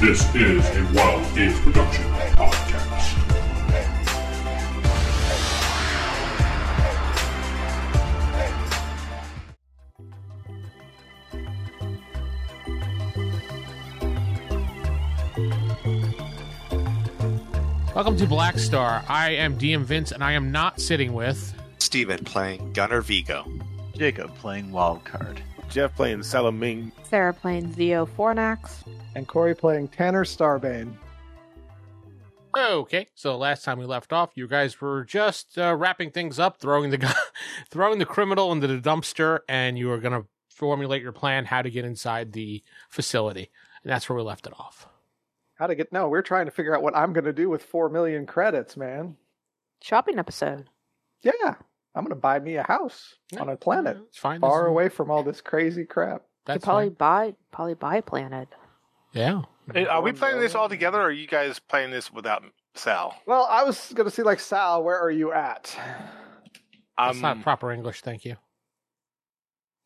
This is a Wild Games Production podcast. Welcome to Black Star. I am DM Vince, and I am not sitting with. Steven playing Gunner Vigo. Jacob playing wildcard. Jeff playing Salaming. Sarah playing Zeo Fornax. and Corey playing Tanner Starbane. Okay, so last time we left off, you guys were just uh, wrapping things up, throwing the gu- throwing the criminal into the dumpster, and you were going to formulate your plan how to get inside the facility, and that's where we left it off. How to get? No, we're trying to figure out what I'm going to do with four million credits, man. Shopping episode. Yeah, I'm going to buy me a house on a planet it's fine. far This- away from all this crazy crap. You That's probably fine. buy probably buy a planet. yeah. Are we playing this all together, or are you guys playing this without Sal? Well, I was going to see like Sal, where are you at? That's Um, not proper English. Thank you.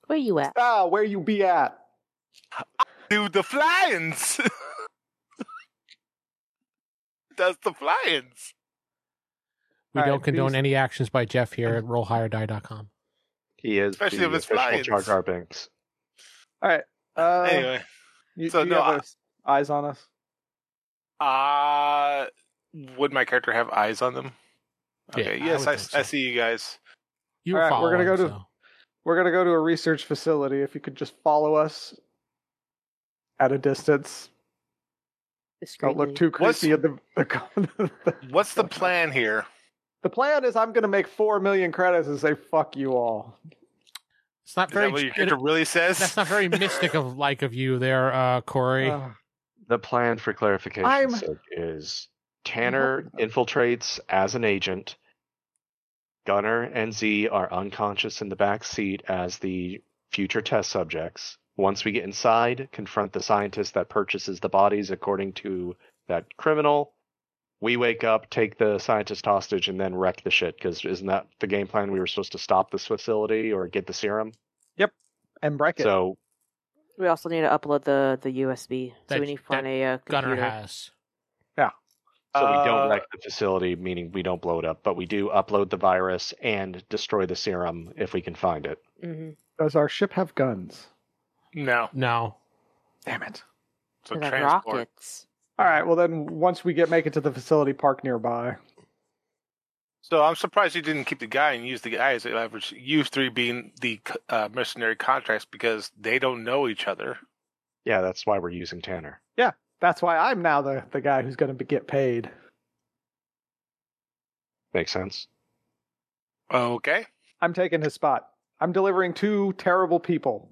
Where you at? Sal, where you be at? do the flyings. Does the flyings? We don't All right, condone peace. any actions by Jeff here at rollhigherdie.com. He is Especially the if it's official flying. Jar Jar Binks. Uh, anyway, you, so do you no, have a- eyes on us. uh, would my character have eyes on them? Yeah, Okay, I yes, would I, think so. I see you guys. You All were right, we're gonna following, go to- so. We're going to go to a research facility. If you could just follow us at a distance, don't look too What's- creepy at the, the, What's the plan here? The plan is I'm going to make four million credits and say "fuck you all." It's not Is very. that what your it- character really says? that's not very mystic of like of you there, uh, Corey. Ugh. The plan for I'm- clarification's sake is Tanner infiltrates as an agent. Gunner and Z are unconscious in the back seat as the future test subjects. Once we get inside, confront the scientist that purchases the bodies according to that criminal. We wake up, take the scientist hostage, and then wreck the shit. Because isn't that the game plan? We were supposed to stop this facility or get the serum. and break it. So We also need to upload the the USB. so That- we need to find that a uh, Gunner computer. has. So we Uh, don't wreck the facility, meaning we don't blow it up, but we do upload the virus and destroy the serum if we can find it. Mm-hmm. Does our ship have guns? No. No. Damn it! So they got transport. rockets. All right. Well, then once we get make it to the facility park nearby, So I'm surprised you didn't keep the guy and use the guy as the average. You three being the uh, mercenary contracts because they don't know each other. Yeah, that's why we're using Tanner. that's why I'm now the the guy who's going to get paid. Makes sense. Okay. I'm taking his spot. I'm delivering two terrible people.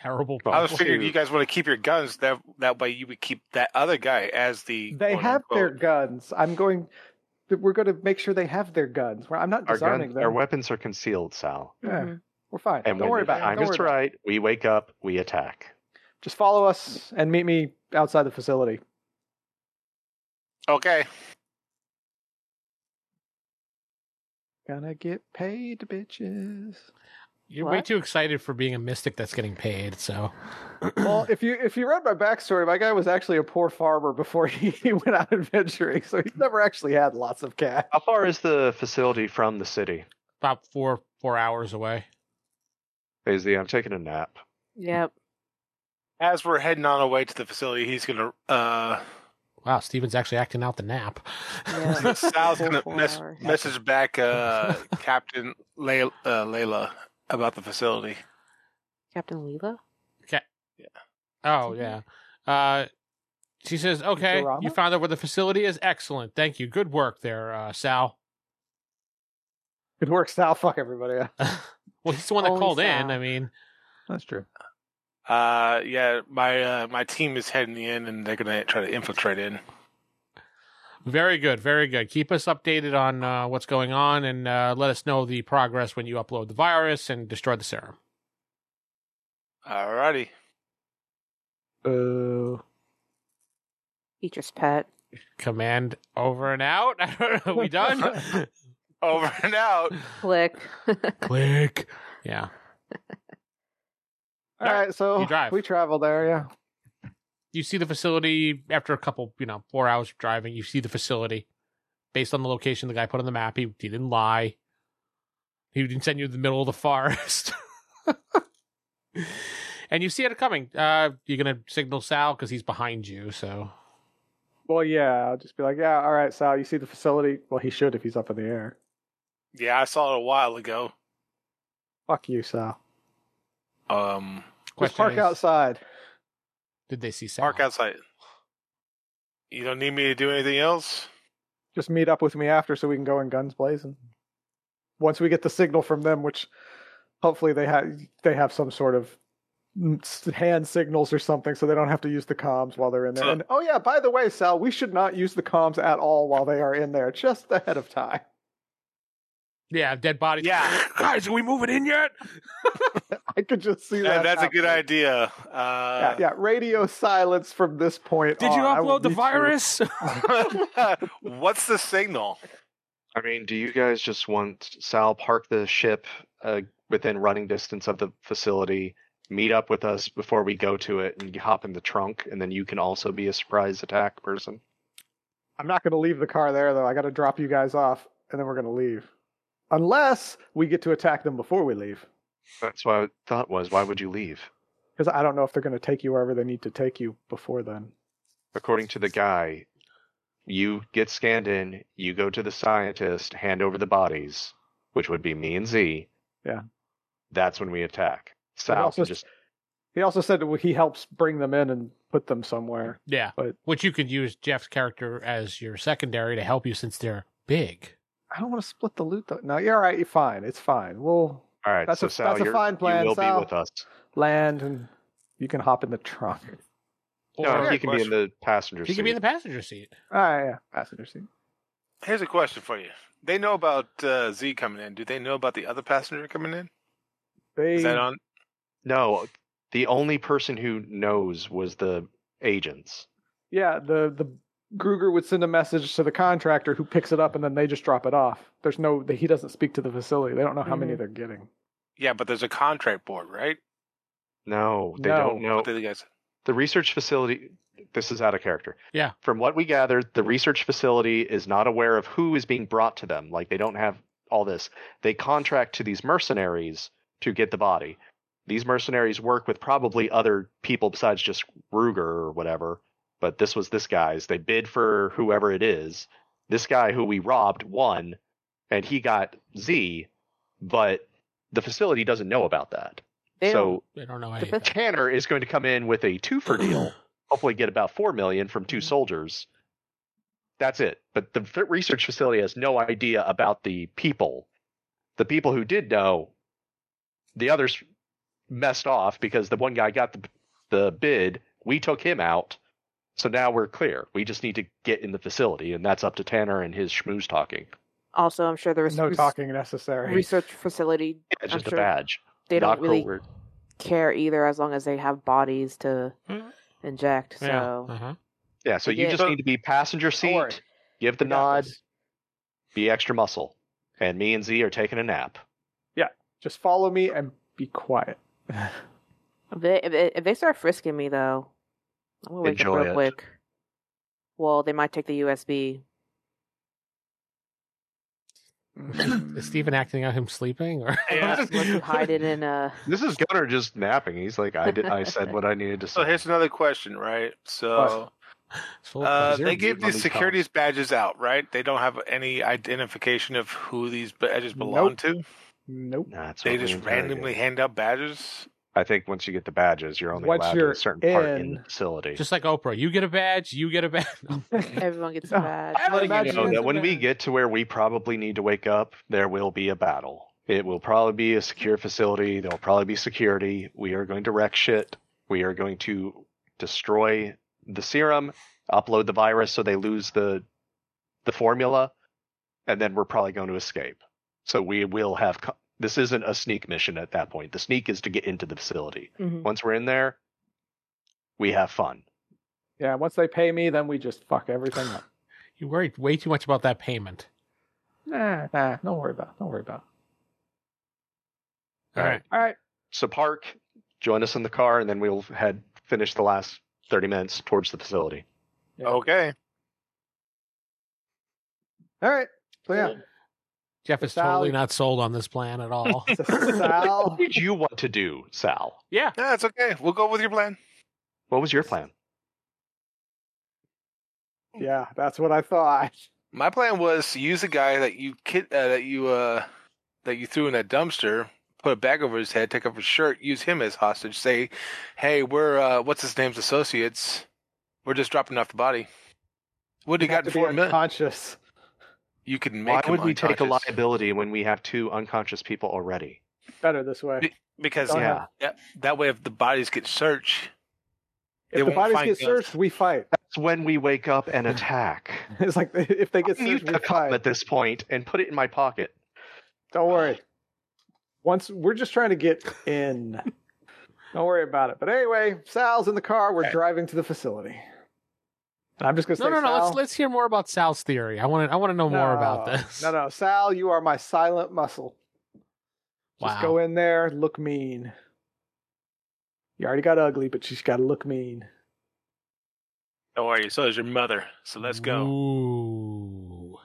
Terrible. I was people. figuring you guys want to keep your guns. That that way you would keep that other guy as the. They quote, have their unquote- guns. I'm going. We're going to make sure they have their guns. We're- I'm not Our, gun, disarming them. our weapons are concealed, Sal. Yeah, Mhm. We're fine. And Don't when worry the about time it. Don't is worry about it. right, we wake up, we attack. Just follow us and meet me outside the facility. Okay. Gonna get paid, bitches. You're way What? too excited for being a mystic that's getting paid. So, well, if you if you read my backstory, my guy was actually a poor farmer before he, he went out adventuring, so he's never actually had lots of cash. How far is the facility from the city? about four four hours away. Daisy, I'm taking a nap. Yep. As we're heading on our way to the facility, he's gonna. uh Wow, Steven's actually acting out the nap. Yeah. Sal's gonna Four mess, hours. message back uh Captain Lay, uh, Layla about the facility. Captain Leela. oh yeah. Uh, she says, "Okay, you Futurama? found out where the facility is. Excellent. Thank you. Good work there, uh, Sal." Good work, Sal. Fuck everybody. Well, he's the one that Only called in. Sal. I mean, That's true. Uh, yeah, my uh, my team is heading in, and they're gonna try to infiltrate in. very good, very good. Keep us updated on uh, what's going on, and uh, let us know the progress when you upload the virus and destroy the serum. Alrighty. Uh, Teacher's pet. Command over and out. I don't know. We done? Over and out. Click. Click. Yeah. all right, so You drive. we travel there. Yeah, you see the facility after a couple, you know, four hours of driving. You see the facility based on the location the guy put on the map. He, he didn't lie. He didn't send you to the middle of the forest. and you see it coming. Uh, you're gonna signal Sal because he's behind you. So Well, yeah, I'll just be like, yeah, all right, Sal, you see the facility? Well, he should if he's up in the air. Yeah, I saw it a while ago. Fuck you, Sal. Um, Just question park is, outside. Did they see Sal? park outside. You don't need me to do anything else. Just meet up with me after so we can go in guns blazing. Once we get the signal from them, which hopefully they have they have some sort of mm, s- hand signals or something so they don't have to use the comms while they're in there. So- and oh yeah, by the way, Sal, we should not use the comms at all while they are in there, just ahead of time. Yeah, dead bodies. Yeah. guys, are we moving in yet? I could just see Yeah, that. that's a good happening. idea. Uh, Yeah, yeah, radio silence from this point. Did you on. Oh, I will upload the meet you. virus? Uh, What's the signal? I mean, do you guys just want Sal park the ship uh, within running distance of the facility, meet up with us before we go to it, and hop in the trunk, and then you can also be a surprise attack person? I'm not going to leave the car there, though. I got to drop you guys off, and then we're going to leave. Unless we get to attack them before we leave. That's what I thought was why would you leave? Because I don't know if they're going to take you wherever they need to take you before then. According to the guy, you get scanned in, you go to the scientist, hand over the bodies, which would be me and Z. Yeah. That's when we attack. Sal also can s- just He also said that he helps bring them in and put them somewhere. yeah, But- which you could use Jeff's character as your secondary to help you since they're big. I don't want to split the loot, though. No, you're all right. You're fine. It's fine. We'll all right. that's so a- Sal, that's a you're, fine plan, you will Sal. be with us. land and you can hop in the trunk. No, Or- he can be in the passenger He seat. could be in the passenger seat. All right, Ah, yeah. Passenger seat. Here's a question for you. They know about uh, Z coming in. Do they know about the other passenger coming in? They, Is that on? No, the only person who knows was the agents. Yeah, the, the Gruger would send a message to the contractor who picks it up, and then they just drop it off. There's no, he doesn't speak to the facility. They don't know how many Mhm. they're getting. Yeah, but there's a contract board, right? No, they No. don't know. Oh. What do you guys? The research facility. This is out of character. Yeah. From what we gathered, the research facility is not aware of who is being brought to them. Like they don't have all this. They contract to these mercenaries to get the body. These mercenaries work with probably other people besides just Ruger or whatever. But this was this guy's. They bid for whoever it is. This guy who we robbed won, and he got Z, but the facility doesn't know about that. They so don't- They don't know anything. best- Tanner is going to come in with a two for deal. Hopefully, get about four million from two soldiers. That's it. But the f- research facility has no idea about the people. The people who did know, the others messed off because the one guy got the the bid. We took him out, so now we're clear. We just need to get in the facility, and that's up to Tanner and his schmooze talking. Also, I'm sure the res- no res- talking necessary. research facility It's I'm just sure a badge. they Not don't really covert. care either, as long as they have bodies to Hmm? Mhm. inject. Yeah. So Uh-huh. Yeah. So They you did. just need to be passenger Don't worry. seat. Give the We got nod. this. be extra muscle. And me and Z are taking a nap. Just follow me and be quiet. if, they, if, they- if they start frisking me, though, I'm gonna wake Enjoy up real it. quick. Well, they might take the USB. Is Steven acting out him sleeping or Yeah. Unless you hide it in uh, a. This is Gunner just napping. He's like, I did, I said what I needed to say. So here's another question, right? So So, uh, is there- they give on these these securities badges out, right? They don't have any identification of who these badges belong Nope. to. Nope. Nah, that's They what we just interrogated. randomly hand out badges. I think once you get the badges, you're only Once allowed you're to a certain part in in- the facility. just like Oprah, you get a badge, you get a badge. No. Everyone gets No. bad. I would letting you imagine know it's that a when we bad- get to where we probably need to wake up, there will be a battle. It will probably be a secure facility. There'll probably be security. We are going to wreck shit. We are going to destroy the serum, upload the virus so they lose the the formula, and then we're probably going to escape. So we will have. Co- this isn't a sneak mission at that point. The sneak is to get into the facility. Mhm. Once we're in there, we have fun. Yeah, once they pay me, then we just fuck everything up. You worried way too much about that payment. nah, nah, don't worry about it. Don't worry about All All right. right. it. All right. So park, join us in the car, and then we'll head finish the last 30 minutes towards the facility. Yeah. Okay. All right. So Oh, yeah, Jeff is Sal- totally not sold on this plan at all. so Sal. What did you want to do, Sal? yeah. Yeah, it's okay. We'll go with your plan. What was your plan? Yeah, that's what I thought. My plan was to use the guy that you kid uh, that you uh that you threw in that dumpster, put a bag over his head, take off his shirt, use him as hostage. Say, hey, we're uh, what's his name's associates. We're just dropping off the body. What do you Have got to in be four minutes? unconscious. you can make. Why him would we take a unconscious. liability when we have two unconscious people already? Better this way. Be- Because Don't yeah. have- Yeah, that way, if the bodies get searched, they If the won't bodies find get guns. searched, we fight. that's when we wake up and attack. It's like if they get Mute searched, we the cum fight. at this point and put it in my pocket. Don't worry. Once we're just trying to get in. Don't worry about it. But anyway, Sal's in the car. We're driving to the facility. And I'm just gonna No, say, no, no. Sal, Let's let's hear more about Sal's theory. I want to I want to know more about No, this. No, no, Sal, you are my silent muscle. Just Wow. go in there, look mean. You already got ugly, but she's got to look mean. don't worry. So is your mother. So let's go. Ooh. But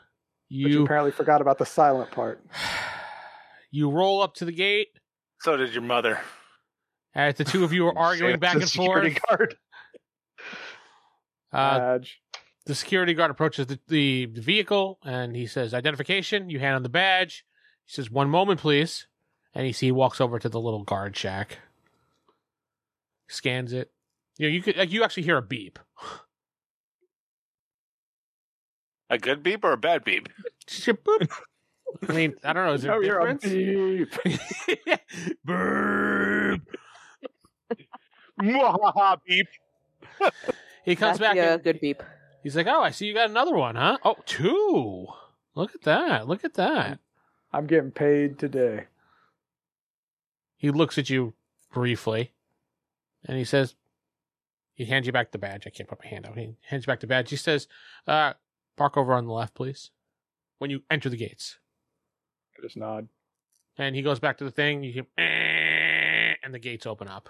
you You apparently forgot about the silent part. you roll up to the gate So did your mother. as the two of you are arguing Save back the and security forth. guard. Uh, Badge. the security guard approaches the, the vehicle and he says, "Identification." You hand him the badge. He says, "One moment, please." And you see he walks over to the little guard shack, scans it. You know, you could like, you actually hear a beep. A good beep or a bad beep? Just a boop. I mean, I don't know. Is there Oh, a you're a difference? Burp. Mwahaha beep. He comes That's back. the, uh, and good beep. He's like, "Oh, I see you got another one, huh? Oh, two. Look at that. Look at that." I'm getting paid today. He looks at you briefly, and he says, "He hands you back the badge. I can't put my hand out. He hands you back the badge. He says, uh, park over on the left, please, when you enter the gates." I just nod. And he goes back to the thing. You hear, "Eh," and the gates open up.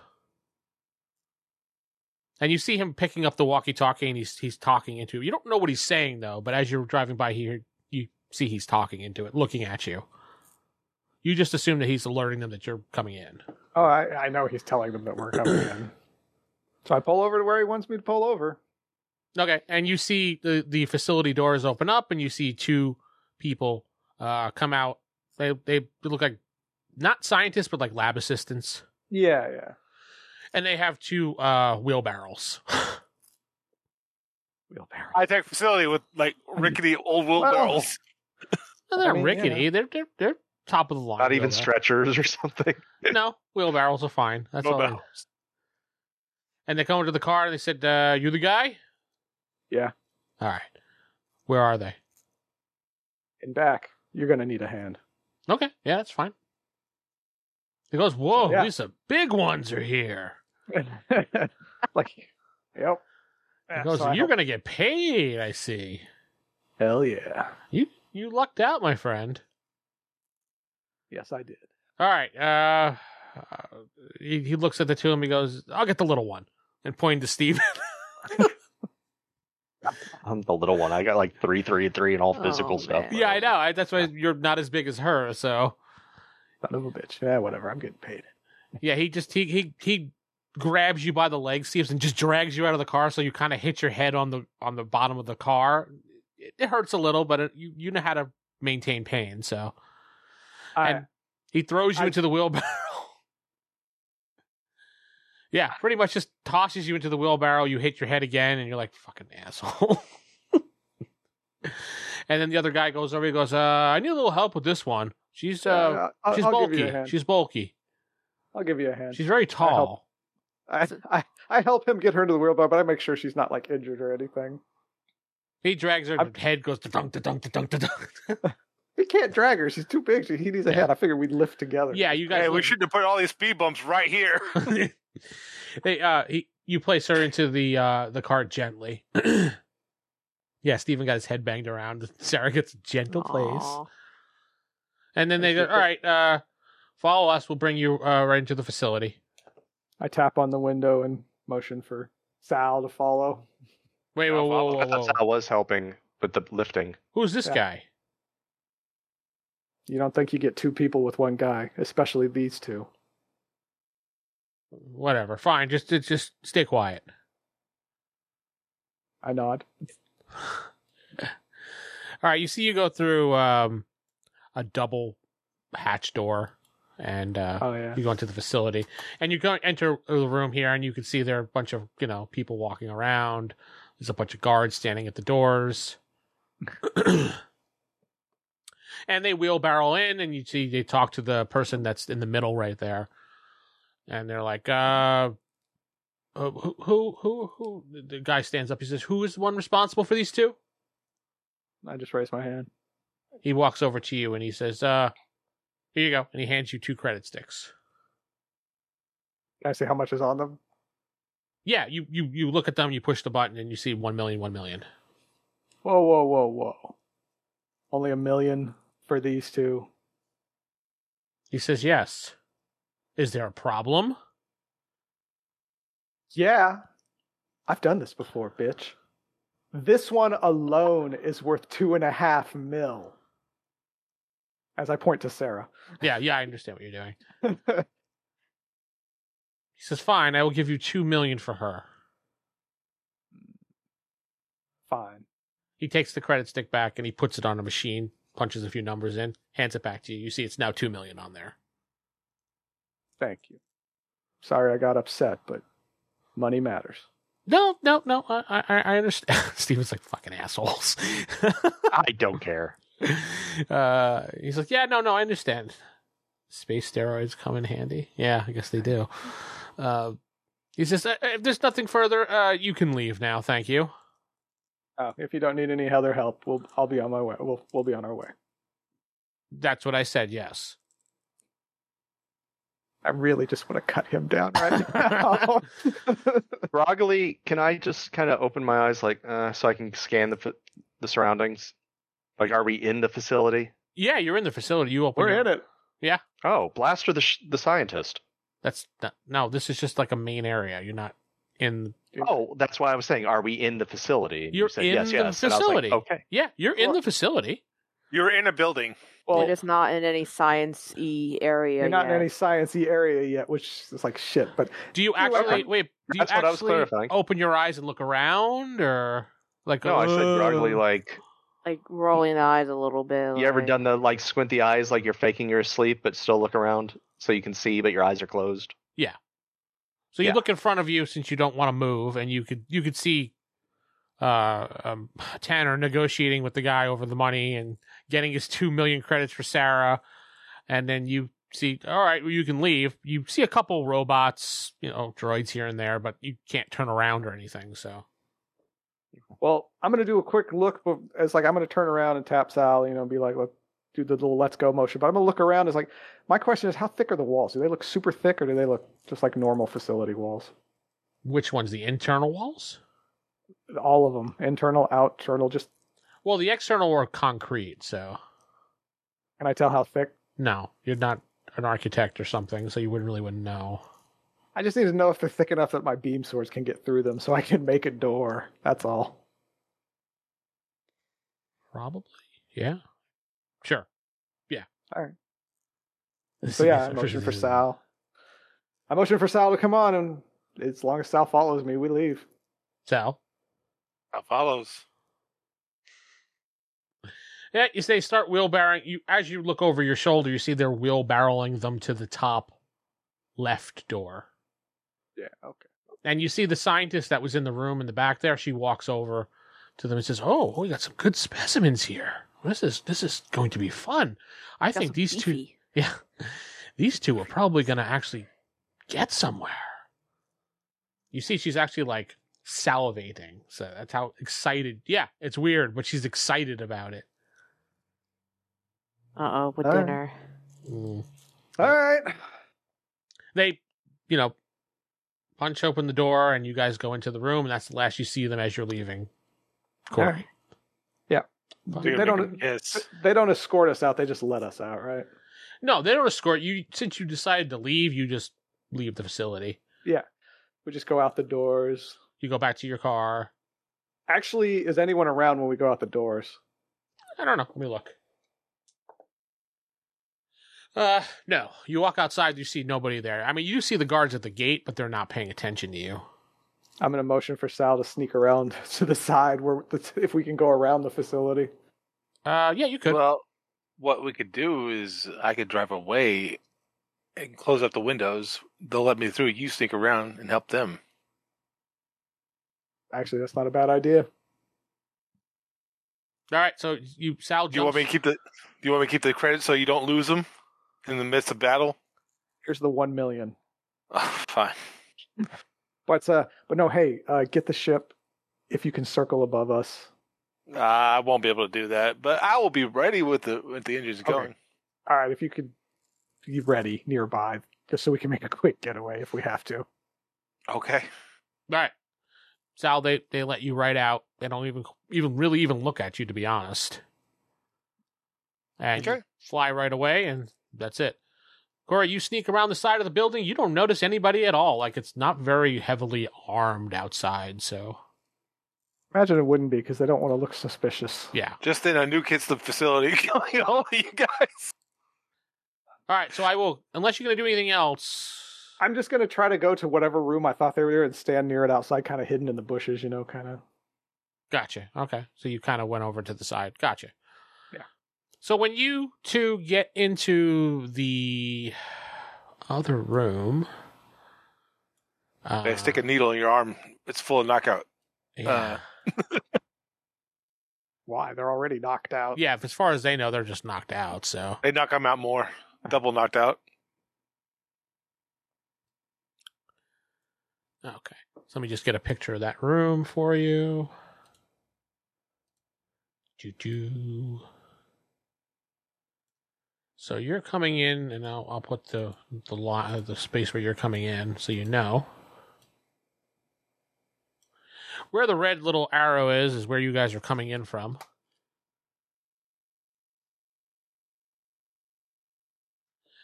And you see him picking up the walkie-talkie, and he's he's talking into it. You don't know what he's saying though, but as you're driving by here, you see he's talking into it, looking at you. You just assume that he's alerting them that you're coming in. Oh, I, I know he's telling them that we're coming in. So I pull over to where he wants me to pull over. Okay, and you see the the facility doors open up, and you see two people uh come out. They they look like not scientists, but like lab assistants, Yeah, yeah. and they have two uh wheelbarrows. Wheelbarrow. High tech facility with like rickety old wheelbarrows. Well, they're I mean, rickety. yeah. They're they're they're top of the line. Not even wheelbarrow. stretchers or something. No wheelbarrows are fine. That's all. they- Wheelbarrows. And they come into the car and they said, uh, "You the guy?" Yeah. All right. Where are they? And back. You're gonna need a hand. Okay. Yeah, that's fine. He goes, "Whoa, Yeah. these are big ones are here." like, yep. He Yeah, goes, so I "You're help- gonna get paid." I see. Hell yeah. You you lucked out, my friend. Yes, I did. All right. Uh, uh, he, he looks at the two of them. He goes, "I'll get the little one," and pointing to Steve. I'm the little one. I got like three, three, and three, and all Oh, physical stuff. man. yeah, I know. I, that's why you're not as big as her. So Son of a bitch. Yeah, whatever. I'm getting paid. yeah, he just he he he grabs you by the leg, Steve, and just drags you out of the car. So you kind of hit your head on the on the bottom of the car. It, it hurts a little, but it, you you know how to maintain pain. So I, And- he throws you I- into the wheelbarrow. yeah, pretty much just tosses you into the wheelbarrow. You hit your head again, and you're like, "Fucking asshole." and then the other guy goes over. He goes, uh, "I need a little help with this one. She's uh, Yeah, I'll, she's I'll Give you bulky. a hand. She's bulky. I'll give you a hand. She's very tall." I, I, I help him get her into the wheelbarrow, but I make sure she's not like injured or anything. He drags her I'm- head goes dunk dunk dunk dunk. He can't drag her. She's too big. She, he needs a Yeah. hand. I figured we'd lift together. Yeah, you guys. Hey, we look- should have put all these speed bumps right here. they uh he, you place her into the uh the cart gently. yeah, Steven got his head banged around. Sarah gets a gentle place. Aw. And then they go, All right, uh follow us, we'll bring you uh right into the facility. I tap on the window and motion for Sal to follow. Wait, whoa, whoa, whoa, I thought whoa. Sal was helping with the lifting. Who's this Yeah. guy? You don't think you get two people with one guy, especially these two. Whatever. Fine. Just, just, just stay quiet. I nod. All right, you see, you go through um, a double hatch door, and uh, Oh yeah. you go into the facility, and you go enter the room here, and you can see there are a bunch of you know people walking around. There's a bunch of guards standing at the doors, and they wheelbarrow in, and you see they talk to the person that's in the middle right there, and they're like, uh. Uh, who, who, who, who? the- The guy stands up. He says, "Who is the one responsible for these two? I just raise my hand. he walks over to you and he says, uh, here you go. And he hands you two credit sticks. Can I see how much is on them? Yeah, you, you, you look at them, you push the button, and you see one million, one million. Whoa, whoa, whoa, whoa. Only a million for these two. He says, yes. Is there a problem? Yeah. I've done this before, bitch. This one alone is worth two and a half mil. As I point to Sarah. Yeah, yeah, I understand what you're doing. He says, fine, I will give you two million for her. Fine. He takes the credit stick back and he puts it on a machine, punches a few numbers in, hands it back to you. You see it's now two million on there. Thank you. Sorry I got upset, but money matters. No, no, no, I, I, I understand. Steven's like, fucking assholes. I don't care. uh, he's like, yeah, no, no, I understand. Space steroids come in handy. Yeah, I guess they do. Uh, he says, "Uh, if there's nothing further, uh, you can leave now. Thank you. Oh, if you don't need any other help, we'll I'll be on my way. We'll we'll be on our way. That's what I said. Yes. I really just want to cut him down right now. Groggily, can I just kind of open my eyes, like, uh, so I can scan the fa- the surroundings? Like, are we in the facility? Yeah, you're in the facility. You open. We're your- in it. Oh, blaster the sh- the scientist. That's not, no. This is just like a main area. You're not in. Oh, that's why I was saying, are we in the facility? And You're said, in yes, the yes. And I was like, facility. okay. Yeah, you're in the facility. You're in a building. We're Well, just not in any science y area. you're not yet. in any sciencey area yet, which is like shit. But Do you actually wait? Do you That's what I was actually clarifying. open your eyes and look around, or like? No, I said "Ugh." groggily, like, like rolling eyes a little bit. you ever like- done the, like, squinty eyes, like you're faking you're asleep, but still look around so you can see, but your eyes are closed? So you Yeah. look in front of you since you don't want to move, and you could you could see uh, um, Tanner negotiating with the guy over the money and getting his two million credits for Sarah, and then you see, all right, well, you can leave. You see a couple robots, you know, droids here and there, but you can't turn around or anything. So well, I'm gonna do a quick look. But it's like I'm gonna turn around and tap Sal, you know, and be like, let do the little let's go motion. But I'm gonna look around. It's like my question is, how thick are the walls? Do they look super thick, or do they look just like normal facility walls? which one's the internal walls? All of them, internal, out, internal. Just Well, the external were concrete, so can I tell how thick? no, you're not an architect or something, so you wouldn't really wouldn't know. I just need to know if they're thick enough that my beam swords can get through them, so I can make a door. That's all. Probably. Yeah. Sure. Yeah. All right. So yeah, I motion for Sal. I motion for Sal to come on, and as long as Sal follows me, we leave. Sal. That follows. Yeah, you say start wheelbarrowing. You as you look over your shoulder, you see they're wheelbarrowing them to the top left door. Yeah, okay. And you see the scientist that was in the room in the back there, she walks over to them and says, Oh, we got some good specimens here. This is this is going to be fun. I Got think some these two beefy. Yeah. These two are probably gonna actually get somewhere. You see, she's actually like salivating. So that's how excited yeah, it's weird, but she's excited about it. Uh oh, with All right. dinner. Mm. All right. they, you know, punch open the door and you guys go into the room, and that's the last you see them as you're leaving. Corey. All right. Yeah. Fine. They don't. Yes. They don't escort us out. They just let us out, right? No, they don't escort you. Since you decided to leave, you just leave the facility. We just go out the doors. You go back to your car. Actually, is anyone around when we go out the doors? I don't know. Let me look. Uh, no. You walk outside, you see nobody there. I mean, you see the guards at the gate, but they're not paying attention to you. I'm gonna motion for Sal to sneak around to the side where if we can go around the facility. Uh, yeah, you could. Well, what we could do is I could drive away and close up the windows. They'll let me through. You sneak around and help them. Actually, that's not a bad idea. All right, so you Sal jumps. Do you want me to keep the? Do you want me to keep the credit so you don't lose them in the midst of battle? Here's the one million. Oh, fine. But uh, but no, hey, uh, get the ship if you can circle above us. Uh, I won't be able to do that, but I will be ready with the with the engines Okay. going. All right, if you could be ready nearby, just so we can make a quick getaway if we have to. Okay. All right. Sal, they, they let you right out. They don't even even really even look at you to be honest. And you Okay. fly right away and that's it. Corey, you sneak around the side of the building, you don't notice anybody at all. Like it's not very heavily armed outside, so Imagine it wouldn't be because they don't want to look suspicious. yeah. Just then, a new kid's the facility killing all of you guys. All right, so I will unless you're gonna do anything else. I'm just gonna try to go to whatever room I thought they were there and stand near it outside, kind of hidden in the bushes, you know, kind of. Gotcha. Okay. So you kind of went over to the side. Gotcha. Yeah. So when you two get into the other room, uh, Hey, stick a needle in your arm. It's full of knockout. yeah. uh, Why? They're already knocked uh, out. yeah, as far as they know, they're just knocked out. So They knock them out more. Double knocked out. okay, so let me just get a picture of that room for you. Doo doo. So you're coming in, and I'll, I'll put the the lot the space where you're coming in, so you know. Where the red little arrow is is where you guys are coming in from.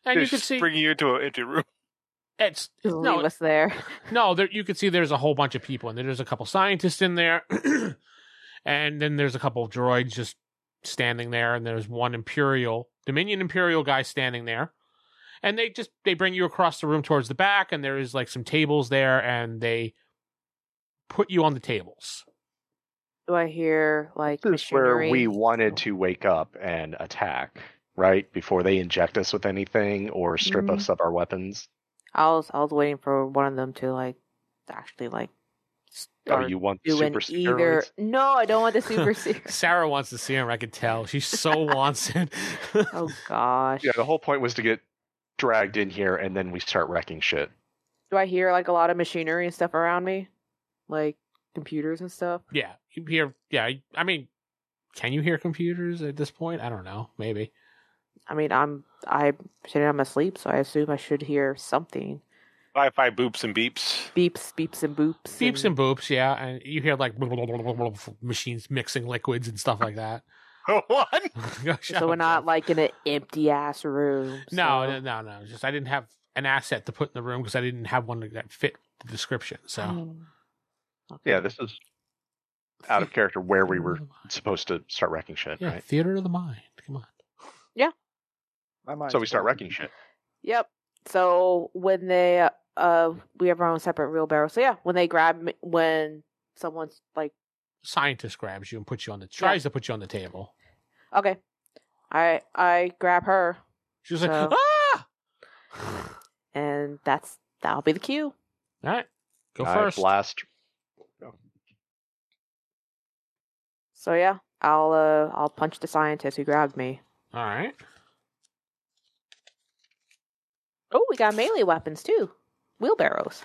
And you Just can see bring you into an empty room. it's Just no, leave us there. No, there, you can see there's a whole bunch of people, and there's a couple scientists in there, and then there's a couple of droids just standing there, and there's one Imperial Dominion Imperial guy standing there, and they just they bring you across the room towards the back, and there is like some tables there, and they put you on the tables. Do I hear like This is where machinery? we wanted to wake up and attack, right? Before they inject us with anything or strip Mhm. Mm-hmm. us of our weapons. I was I was waiting for one of them to like actually like Oh, start you want the doing super either. steroids? No, I don't want the super series. Sarah wants to see him. I could tell she so wants it. Oh gosh. Yeah, the whole point was to get dragged in here and then we start wrecking shit. Do I hear like a lot of machinery and stuff around me, like computers and stuff? yeah, you hear. Yeah, I mean, can you hear computers at this point? I don't know. Maybe. I mean, I'm I pretending I'm asleep, so I assume I should hear something. Sci-fi boops and beeps. Beeps, beeps, and boops. Beeps and boops, yeah, and you hear like machines mixing liquids and stuff like that. what? So we're not like in an empty ass room. no, no, so- no, no. Just I didn't have an asset to put in the room because I didn't have one that fit the description. So Oh. Okay. Yeah, this is out of character where we were supposed to start wrecking shit, yeah, right? theater of the mind. Come on. My mind's So we start blown. wrecking shit. Yep. So when they uh we have our own separate wheelbarrow. So yeah, when they grab me, when someone's like Scientist grabs you and puts you on the tries to put you on the table. okay, I I grab her She's like, So- ah. and that's that'll be the cue. All right, go I first. blast. So yeah, I'll uh I'll punch the scientist who grabbed me. All right. Oh, we got melee weapons too, wheelbarrows.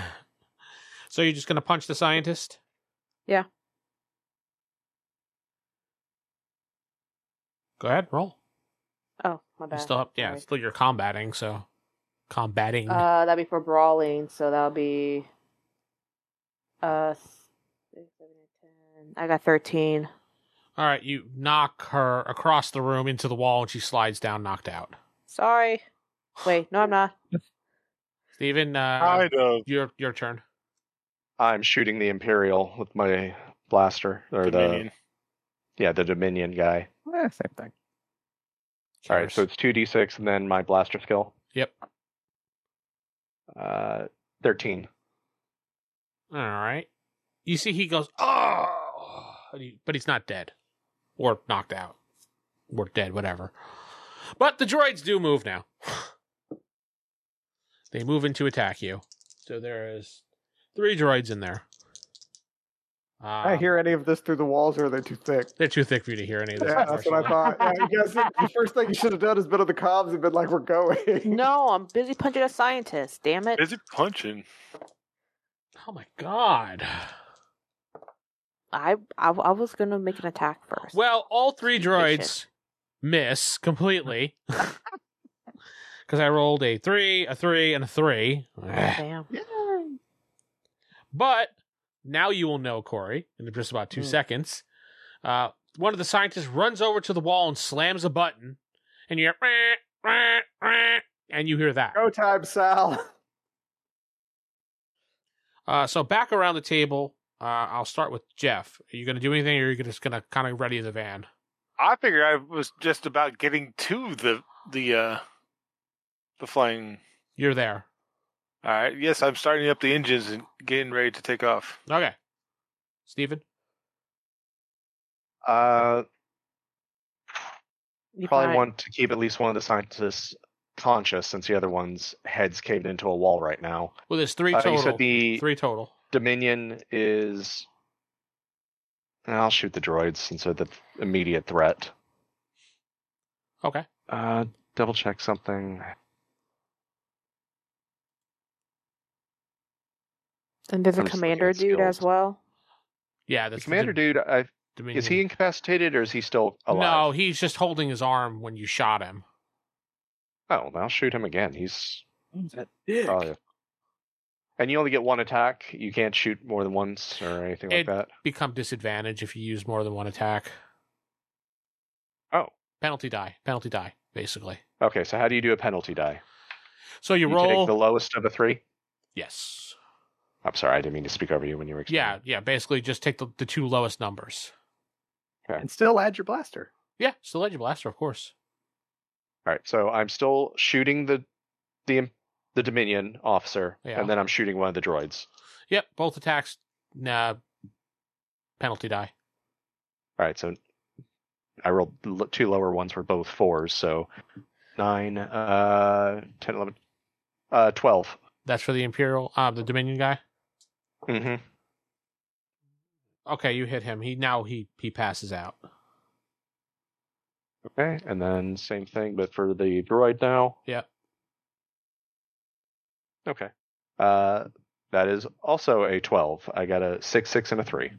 so you're just gonna punch the scientist? Yeah. Go ahead, roll. Oh my You bad. still up? Yeah, Sorry. still you're combating. So combating. Uh, that'd be for brawling, so that'll be uh six, seven, eight, 10. I got thirteen. All right, you knock her across the room into the wall, and she slides down, knocked out. Sorry. Wait, no, I'm not. Steven, uh, Kind of. your your turn. I'm shooting the Imperial with my blaster or Dominion. the yeah the Dominion guy. Eh, same thing. All right, so it's two d6 and then my blaster skill. Yep. Uh, thirteen. All right. You see, he goes, oh, and he- but he's not dead or knocked out or dead, whatever. But the droids do move now. they move in to attack you. So there is three droids in there. Um, I hear any of this through the walls, or are they too thick? They're too thick for you to hear any of this. Yeah, that's what I thought. Yeah, I guess the first thing you should have done is been on the comms and been like, "We're going." No, I'm busy punching a scientist. Damn it! Is it punching? unfortunately. Oh my god. I, I I was gonna make an attack first. Well, all three Holy droids miss completely. Because I rolled a three, a three, and a three. damn. But now you will know, Corey, in just about two Hmm. seconds. Uh, one of the scientists runs over to the wall and slams a button, and you hear, and you hear that. Go time, Sal. Uh, so back around the table, uh, I'll start with Jeff. Are you going to do anything, or are you just going to kind of ready the van? I figure I was just about getting to the the uh the flying. You're there. All right. Yes, I'm starting up the engines and getting ready to take off. Okay. Steven? Uh, You probably fine. want to keep at least one of the scientists conscious since the other one's head's caved into a wall right now. Well, there's three Uh, total. you said the Three total. Dominion is. I'll shoot the droids since they're the immediate threat. Okay. Uh, double check something. And there's a I'm just looking commander at dude as skills. well. Yeah, The that's commander dude, I, Dominion. is he incapacitated or is he still No, alive? he's just holding his arm when you shot him. No. Oh, I'll shoot him again. He's probably. And you only get one attack. You can't shoot more than once or anything like It- that. Become disadvantage if you use more than one attack. Oh. Penalty die. Penalty die, basically. Okay, so how do you do a penalty die? So you, you roll. take the lowest of the three. yes. I'm sorry, I didn't mean to speak over you when you were. Yeah, explaining. yeah. Basically, just take the, the two lowest numbers. And still add your blaster. Yeah, still edge blaster, of course. All right, so I'm still shooting the the the Dominion officer, Yeah. and then I'm shooting one of the droids. Yep, both attacks. Nah. Penalty die. All right, so I rolled l- two lower ones were both fours, so nine, uh, ten, eleven, uh, twelve. That's for the Imperial, um, the Dominion guy. Mm-hmm. Okay, you hit him. He now he he passes out. Okay, and then same thing, but for the droid now. Yeah. Okay. Uh, that is also a twelve. I got a six, six, and a three,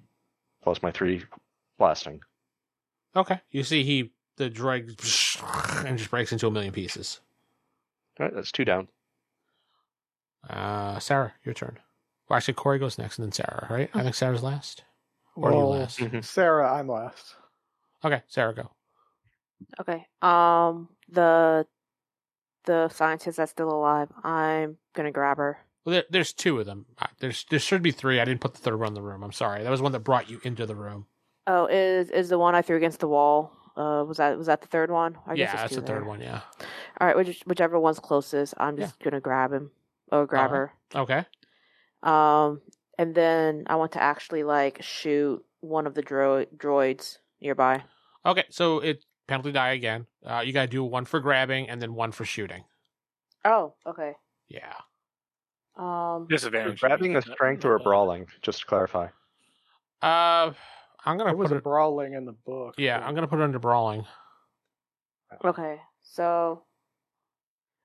plus my three blasting. Okay, you see he the droid and just breaks into a million pieces. All right, that's two down. Uh, Sarah, your turn. Well, actually, Corey goes next, and then Sarah. Right? I think Sarah's last, or you Well, mm-hmm. last. Sarah, I'm last. Okay, Sarah, go. Okay. Um, the the scientist that's still alive. I'm gonna grab her. Well, there, there's two of them. Uh, There's there should be three. I didn't put the third one in the room. I'm sorry. That was one that brought you into the room. Oh, is is the one I threw against the wall? Uh, was that was that the third one? I yeah, there's that's two the third there. one. Yeah. All right, which, whichever one's closest, I'm Yeah. Uh-huh. just gonna grab him or grab All right. Okay. her. Um, and then I want to actually like shoot one of the droid droids nearby. Okay. So it penalty die again. Uh, you gotta do one for grabbing and then one for shooting. Oh, okay. Yeah. Um, You're Disadvantage. grabbing a strength or a brawling, just to clarify. Uh, I'm gonna It was put a it. brawling in the book. Yeah, I'm gonna put it under brawling. okay. So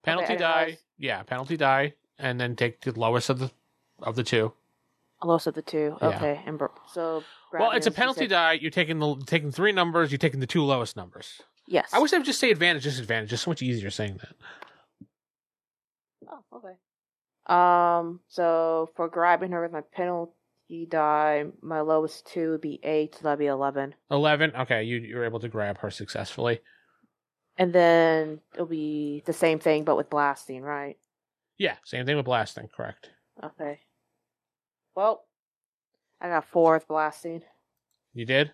Penalty and die. how's- Yeah, penalty die, and then take the lowest of the of the two. I lost at the two. Yeah. Okay, and bro- so well, grabbing it's a is- you penalty said- die. You're taking the taking three numbers. You're taking the two lowest numbers. Yes. I wish I would just say advantage, disadvantage. It's so much easier saying that. Oh, okay. Um, so for grabbing her with my penalty die, my lowest two would be eight, so that'd be eleven. Eleven. Okay, you you're able to grab her successfully. And then it'll be the same thing but with blasting, right? Yeah, same thing with blasting. Correct. Okay. Well, I got four with blasting. You did?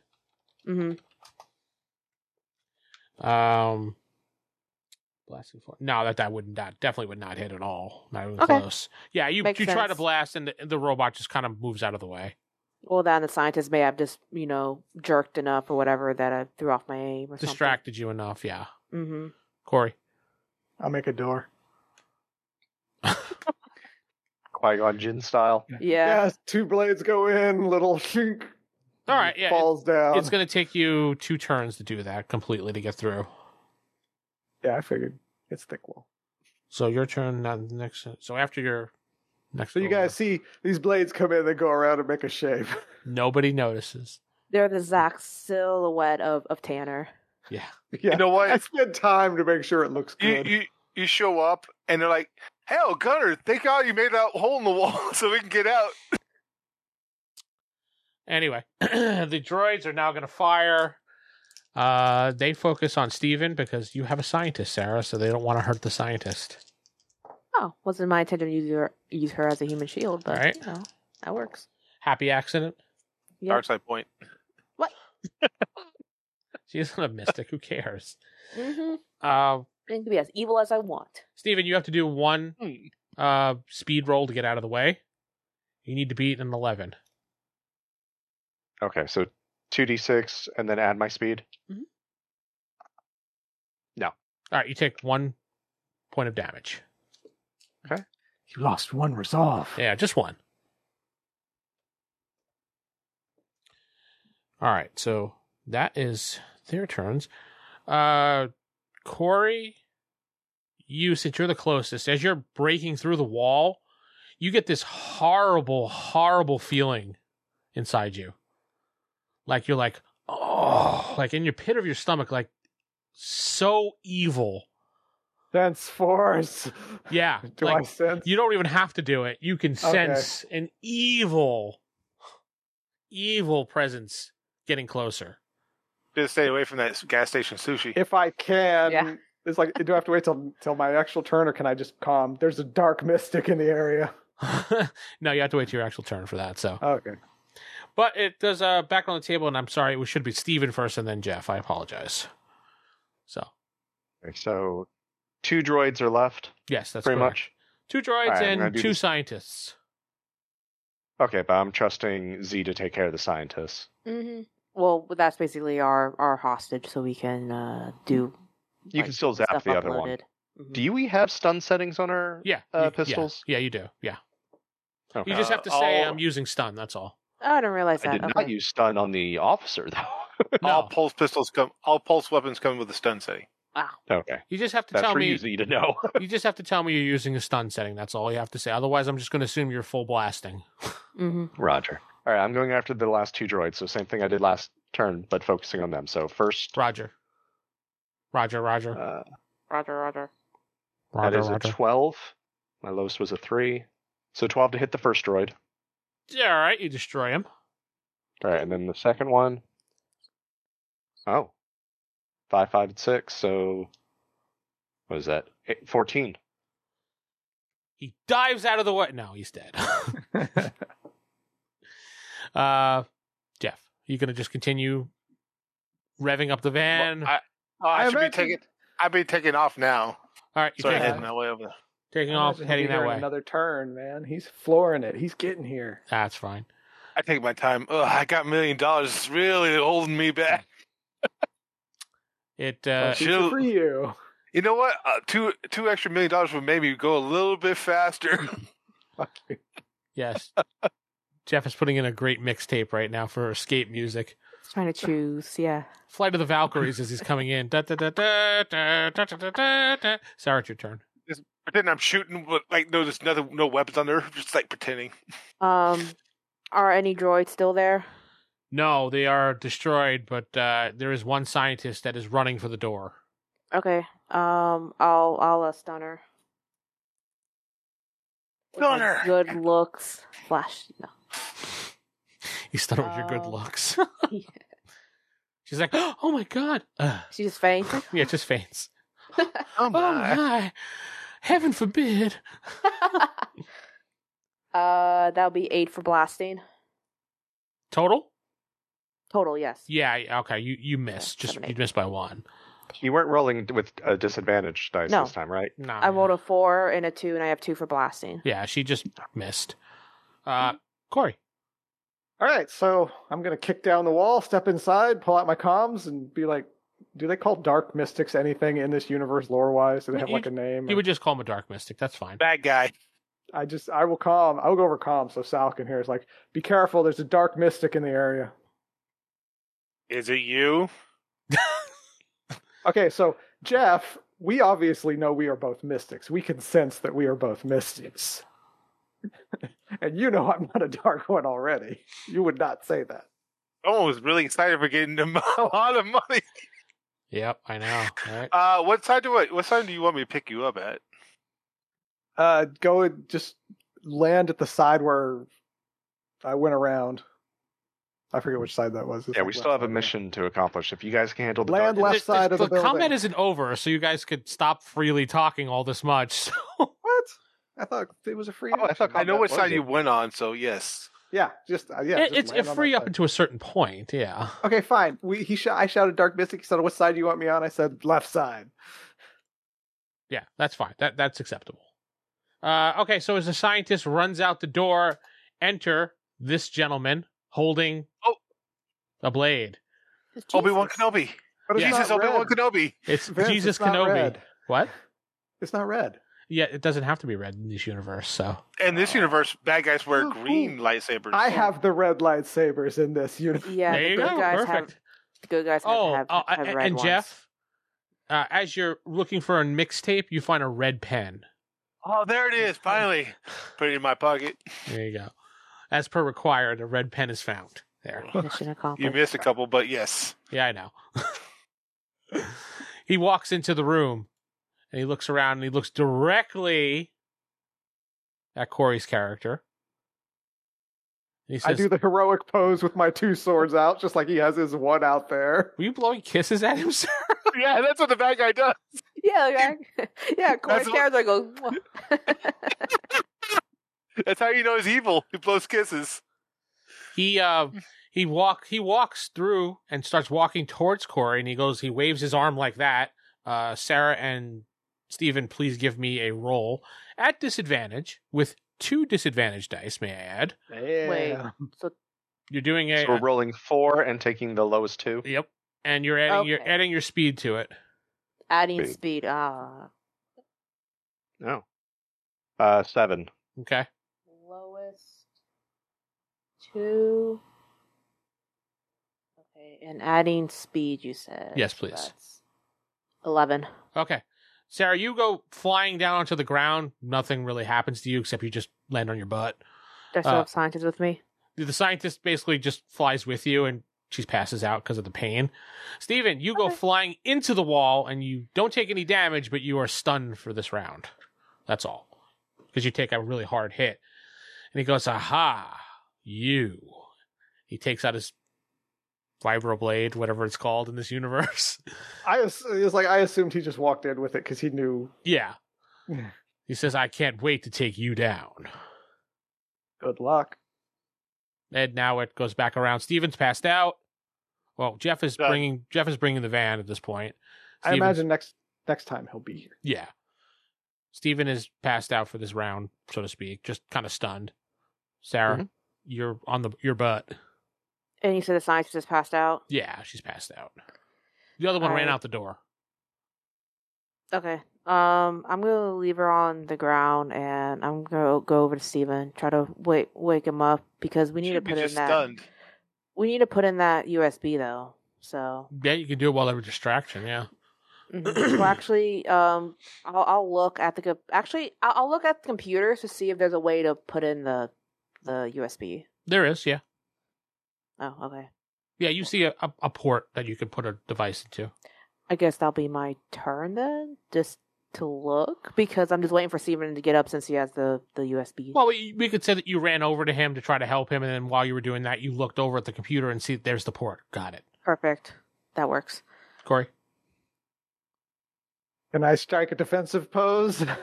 hmm Um, blasting four. No, that that would not definitely would not hit at all. Not even Okay. close. Yeah, you Makes you try to sense. blast and the, the robot just kind of moves out of the way. Well, then the scientist may have just you know jerked enough or whatever that I threw off my aim or Mm-hmm. Distracted you enough, yeah. something. Corey. I'll make a door. Qui Gon Jinn style. hmm Yeah. Yes, two blades go in, little shink. All right, yeah. it- falls down. it's going to take you two turns to do that completely to get through. Yeah, I figured it's thick wall. So your turn now the next so after your next So you roll, guys see these blades come in, they go around and make a shape. nobody notices. They're the exact silhouette of, of Tanner. Yeah. yeah, You know what? I spend time to make sure it looks you, good. you you show up and they're like, "Hell, Gunner, thank God you made that hole in the wall so we can get out." Anyway, the droids are now going to fire. Uh, they focus on Steven because you have a scientist, Sarah, so they don't want to hurt the scientist. Oh, wasn't my intention to use her use her as a human shield, but Right. you know that works. Happy accident. Yeah. Dark side point. She's not a mystic. Who cares? Mm-hmm. Uh, I can be as evil as I want. Steven, you have to do one Hmm. uh, speed roll to get out of the way. You need to beat an 11. Okay, so 2d6 and then add my speed. All right, you take one point of damage. You lost one resolve. Yeah, just one. All right, so that is their turns. Uh Corey, you since you're the closest, as you're breaking through the wall, you get this horrible, horrible feeling inside you. Like you're like, oh, like in your pit of your stomach, like so evil. Sense force. Yeah. Do like, I sense? you don't even have to do it. You can sense an evil, evil presence getting closer. Just stay away from that gas station sushi. If I can, Yeah. it's like, do I have to wait till till my actual turn, or can I just calm? There's a dark mystic in the area. no, you have to wait till your actual turn for that. So, Okay. but it does uh, back on the table, and I'm sorry, we should be Steven first and then Jeff. I apologize. So, Okay, so two droids are left, yes, that's pretty correct. much. two droids All right, I'm gonna and do uh, two this. scientists. Okay, but I'm trusting Z to take care of the scientists. Mm-hmm. Well, that's basically our our hostage, so we can uh, do. You can still zap stuff the other one. uploaded. Mhm. Do we have stun settings on our? Yeah, Uh, you- yeah, pistols? Yeah, you do. Yeah, Okay. you just have to say all- I'm using stun. That's all. Oh, I didn't realize I that. did okay. not use stun on the officer though. All No, pulse pistols come. All pulse weapons come with a stun setting. okay, you just have to that's tell for me. you Z to know. You just have to tell me you're using a stun setting. That's all you have to say. Otherwise, I'm just going to assume you're full blasting. hmm Roger. All right, I'm going after the last two droids. So same thing I did last turn, but focusing on them. So first, Roger. Roger, Roger. uh, Roger, Roger. that Roger, is a Roger. twelve. My lowest was a three, so twelve to hit the first droid. Yeah, all right, you destroy him. All right, and then the second one. Oh, five, five, and six. So what is that? Eight- Fourteen. He dives out of the way. No, he's dead. uh, Jeff, you going to just continue revving up the van? I, oh, I, I should imagine- be taking. I'd be taking off now. all right, you're Sorry, taking, heading that way over there. taking off, Imagine heading he'll be that here in way. Another turn, man. He's flooring it. He's getting here. That's fine. I take my time. Ugh, I got a million dollars. It's really holding me back. It uh, She's here for you. You know what? Uh, two two extra million dollars would maybe go a little bit faster. Fuck you. yes. Jeff is putting in a great mixtape right now for escape music. Just trying to choose. Yeah. Flight of the Valkyries as he's coming in. Da, da, da, da, da, da, da, da, da. Sarah, it's your turn. pretending I'm shooting, but like no, there's nothing, no weapons on there. Just like pretending. Um, are any droids still there? No, they are destroyed, but uh, there is one scientist that is running for the door. Okay. Um, I'll I'll uh, stun her. With my Stun her! Good looks. Flash. No. You stun her with your good Oh. looks. She's like, oh my god. Uh, She just faints. yeah, just faints. Oh Oh my. Heaven forbid. uh, that'll be eight for blasting. Total? Total, yes. Yeah. I- Okay. You you missed. Just seven, eight. you missed by one. You weren't rolling with a disadvantage dice No. this time, right? No. I rolled a four and a two, and I have two for blasting. Yeah. She just missed. Hmm. Uh, Corey. All right, so I'm gonna kick down the wall, step inside, pull out my comms, and be like, "Do they call dark mystics anything in this universe lore-wise? Do they You- have like a name?" You or- would just call him a dark mystic. That's fine. Bad guy. I just, I will calm. I will go over calm so Sal can hear. It's like, "Be careful! There's a dark mystic in the area." Is it you? Okay, so Jeff, we obviously know we are both mystics. We can sense that we are both mystics. and you know I'm not a dark one already. You would not say that. Oh, I was really excited for getting them a lot of money. Yep. I know. Right? Uh, what side do I, what side do you want me to pick you up at? Uh go and just land at the side where I went around. I forget which side that was. It's Yeah, like we left still have a side. mission to accomplish. If you guys can handle the Land left darkness- side of the building. comment isn't over, so you guys could stop freely talking all this much. So What? I thought it was a free. Oh, I thought- action. I know that what was side it. you went on, so yes. Yeah, just uh, yeah. It- just it's land it's on free that up side. until a certain point. Yeah. Okay, fine. We he sh- I shouted dark mystic. He said, "What side do you want me on?" I said, "Left side." Yeah, that's fine. That that's acceptable. Uh, okay, so as the scientist runs out the door, enter this gentleman holding Oh. a blade. Oh, Obi Wan Kenobi. But it's Jesus, not Obi Wan red. Kenobi. It's Vince, Jesus it's not Kenobi. red. What? It's not red. Yeah, it doesn't have to be red in this universe. So In this universe, bad guys wear Oh, cool. green lightsabers. Ah. I have the red lightsabers in this universe. Yeah, there the you good go. guys Perfect. have the good guys have, oh, have, oh, have a- red and ones. Jeff, uh, as you're looking for a mixtape, you find a red pen. Oh, there it is. Finally, put it in my pocket. There you go. As per required, a red pen is found. There. You Mission Oh, accomplished. missed a couple, but yes. Yeah, I know. he walks into the room and he looks around and he looks directly at Corey's character. And he I says, do the heroic pose with my two swords out, just like he has his one out there. Were you blowing kisses at him, sir? Yeah, that's what the bad guy does. yeah, like, yeah. Corey's what- character goes. That's how you know he's evil. He blows kisses. He uh he walk he walks through and starts walking towards Corey and he goes he waves his arm like that. Uh Sarah and Steven, please give me a roll at disadvantage with two disadvantage dice, may I add. Wait. You're doing a So we're rolling four and taking the lowest two. Yep. And you're adding you're Okay. adding your speed to it. Adding Speed. speed. Ah, No. Uh, seven. Okay. lowest two. Okay, and adding speed. You said Yes, please. That's Eleven. Okay. Sarah, you go flying down onto the ground. Nothing really happens to you except you just land on your butt. There's still Uh, have scientists with me. The scientist basically just flies with you and she passes out because of the pain. Steven, you go Okay. flying into the wall and you don't take any damage, but you are stunned for this round. That's all. Because you take a really hard hit. And he goes, Aha, you. He takes out his vibroblade, whatever it's called in this universe. I ass- it's like I assumed he just walked in with it because he knew. Yeah. Yeah. He says, I can't wait to take you down. Good luck. And now it goes back around. Steven's passed out. Well, Jeff is Done. bringing Jeff is bringing the van at this point. I Steven's- imagine next next time he'll be here. Yeah. Steven is passed out for this round, so to speak, just kind of stunned. Sarah, you're on the your butt. And you said the scientist just passed out. Yeah, she's passed out. The other one ran Alright. out the door. Okay. Um, I'm gonna leave her on the ground, and I'm gonna go over to Steven, try to wake wake him up because we need to She'd be put in just that. stunned. We need to put in that USB though. So Yeah, you can do it while they were distraction, yeah. mhm. well, actually, um, I'll, I'll look at the co- actually I'll, I'll look at the computers to see if there's a way to put in the the USB. There is, yeah. Oh, okay. Yeah, you see a, a, a port that you could put a device into. I guess that'll be my turn then, just to look because I'm just waiting for Steven to get up since he has the the USB. Well, we, we could say that you ran over to him to try to help him, and then while you were doing that, you looked over at the computer and see that there's the port. Got it, Perfect. That works. Corey. Can I strike a defensive pose?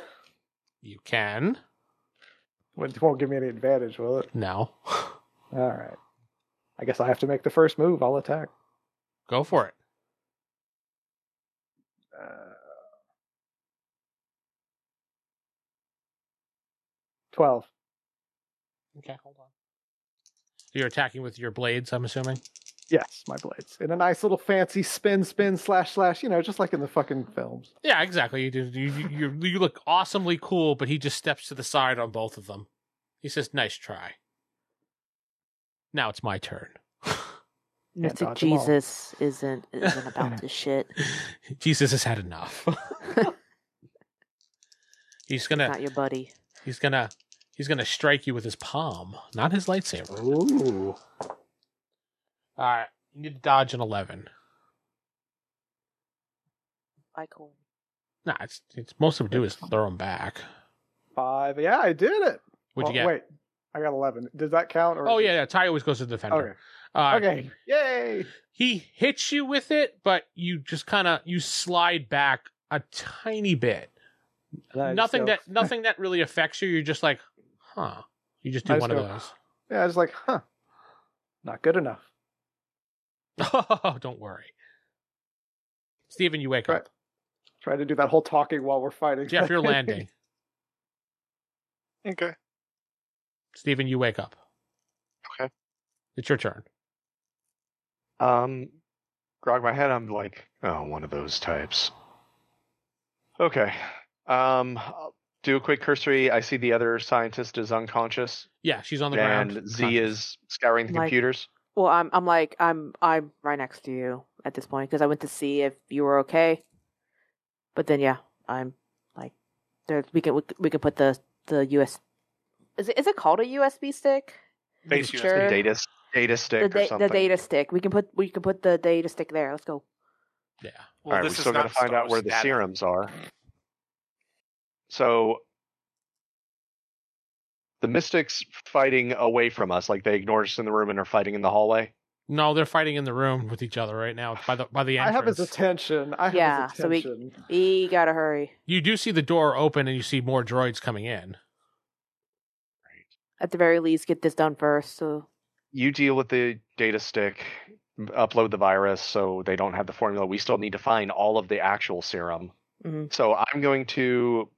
You can Well, it won't give me any advantage, will it? no. All right. I guess I have to make the first move. I'll attack. Go for it. Uh, Twelve. Okay, hold on. You're attacking with your blades, I'm assuming. Yes, my blades in a nice little fancy spin, spin slash slash. You know, just like in the fucking films. Yeah, exactly. You do, you, you you look awesomely cool, but he just steps to the side on both of them. He says, "Nice try." Now it's my turn. Can't Mystic dodge 'em all. Jesus isn't isn't about this shit. Jesus has had enough. he's gonna Not your buddy. he's gonna he's gonna strike you with his palm, not his lightsaber. Ooh. All right, you need to dodge an eleven. Michael. Nah, it's it's most of do is throw him back. Five. Yeah, I did it. Would Oh, you get? Wait, I got eleven. Does that count? Or Oh yeah, yeah. Ty always goes to the defender. Okay. Uh, Okay. Yay. he hits you with it, but you just kind of you slide back a tiny bit. nothing So- that nothing that really affects you. You're just like, huh. You just do I just one of go, those. Yeah, I was like, huh, not good enough. Oh, don't worry, Steven, You wake Right. up. Try to do that whole talking while we're fighting. Jeff, you're landing. Okay. Steven, you wake up. Okay. It's your turn. Um, grog my head. I'm like, oh, one of those types. Okay. Um, I'll do a quick cursory. I see the other scientist is unconscious, Yeah, she's on the and ground. Z is scouring the Like- computers. Well, I'm I'm like I'm I'm right next to you at this point because I went to see if you were okay. But then yeah, I'm like there we can we, can- we can put the the US is it is it called a USB stick? Face Sure. you. The data, data stick The, or da- something. the data stick. We can put we can put the data stick there. Let's go. Yeah. All right, we still got to find out where the serums are. So the mystics fighting away from us, like they ignored us in the room and are fighting in the hallway. No, they're fighting in the room with each other right now by the by the I entrance. have his attention. I have Yeah, his so we- attention. We gotta hurry. you do see the door open and you see more droids coming in. At the very least, get this done first. So You deal with the data stick, m- upload the virus, so they don't have the formula. We still need to find all of the actual serum. Mhm. So I'm going to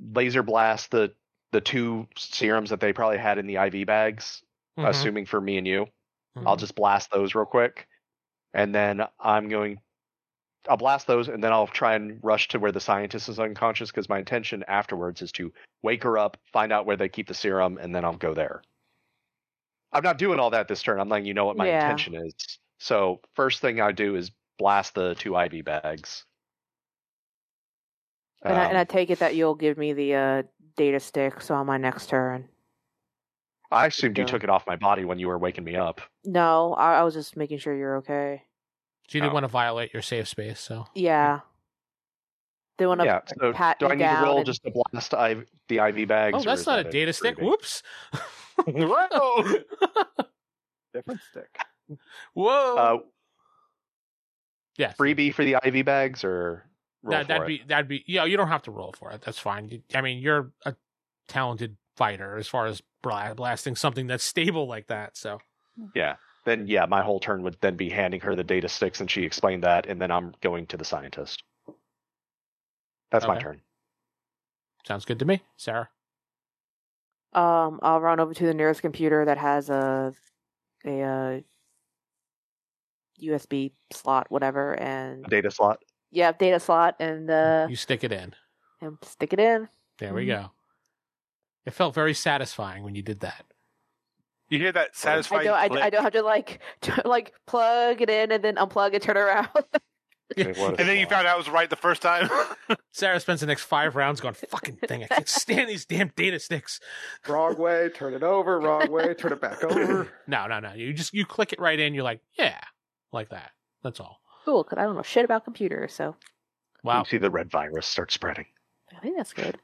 laser blast the the two serums that they probably had in the IV bags, Mm-hmm. Mhm. assuming for me and you. I'll Mhm. just blast those real quick, and then I'm going. I'll blast those, and then I'll try and rush to where the scientist is unconscious because my intention afterwards is to wake her up, find out where they keep the serum, and then I'll go there. I'm not doing all that this turn. I'm letting you know what my Yeah. intention is. So first thing I do is blast the two IV bags. and, I, and Oh. Um, I take it that you'll give me the uh, data stick. So on my next turn. I assumed you Yeah. took it off my body when you were waking me up. No, I, I was just making sure you're okay. She didn't Oh. want to violate your safe space, so Yeah. They want to yeah. So pat do me I need to down roll and- just to blast IV, the IV bags? Oh, or that's is not that a data stick. three-day? Whoops. Whoa! Different stick. Whoa. Uh, yeah. freebie for the IV bags or roll that, that'd for it? be that'd be yeah. You don't have to roll for it. That's fine. You- I mean, you're a talented fighter as far as bla- blasting something that's stable like that. So yeah. Then yeah, my whole turn would then be handing her the data sticks, and she explained that, and then I'm going to the scientist. That's my Okay. turn. sounds good to me, Sarah. Um, I'll run over to the nearest computer that has a a uh, USB slot, whatever, and Data slot. yeah, data slot, and uh, you stick it in. and stick it in. There we Mhm. go. It felt very satisfying when you did that. You hear that I satisfying don't, I, click? I don't have to like to, like plug it in and then unplug and turn around. Wait, what and then you slot? found out I was right the first time. Sarah spends the next five rounds going, "Fucking thing! I can't stand these damn data sticks." Wrong way. Turn it over. Wrong way. Turn it back over. No, no, no. You just you click it right in. You're like, yeah, like that. That's all. cool, because I don't know shit about computers, so Wow. Mm. You see the red virus start spreading. I think that's good.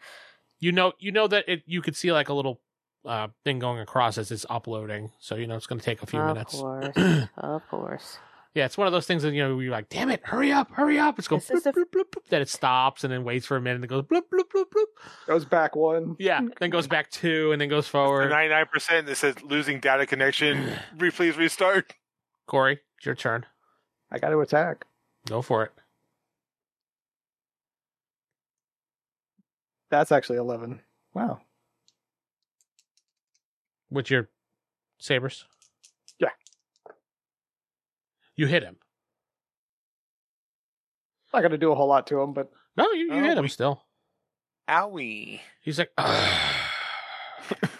you know you know that it you could see like a little uh Oh, thing going across as it's uploading so you know it's going to take a few of minutes course, of course. Yeah, it's one of those things that you know you're like, damn it, hurry up, hurry up. It's going This bloop, is the- bloop, bloop, bloop. Then it stops and then waits for a minute and it goes bloop bloop bloop bloop. Goes back one. Yeah, Mm. then goes back two and then goes forward. Ninety-nine percent that says losing data connection. Re- Please restart. Corey, it's your turn. I got to attack. Go for it. That's actually eleven. Wow. With your sabers. Yeah. You hit him. Not gonna do a whole lot to him, but No, you, you Oh, hit him we- still. Owie. He's like, "Ugh."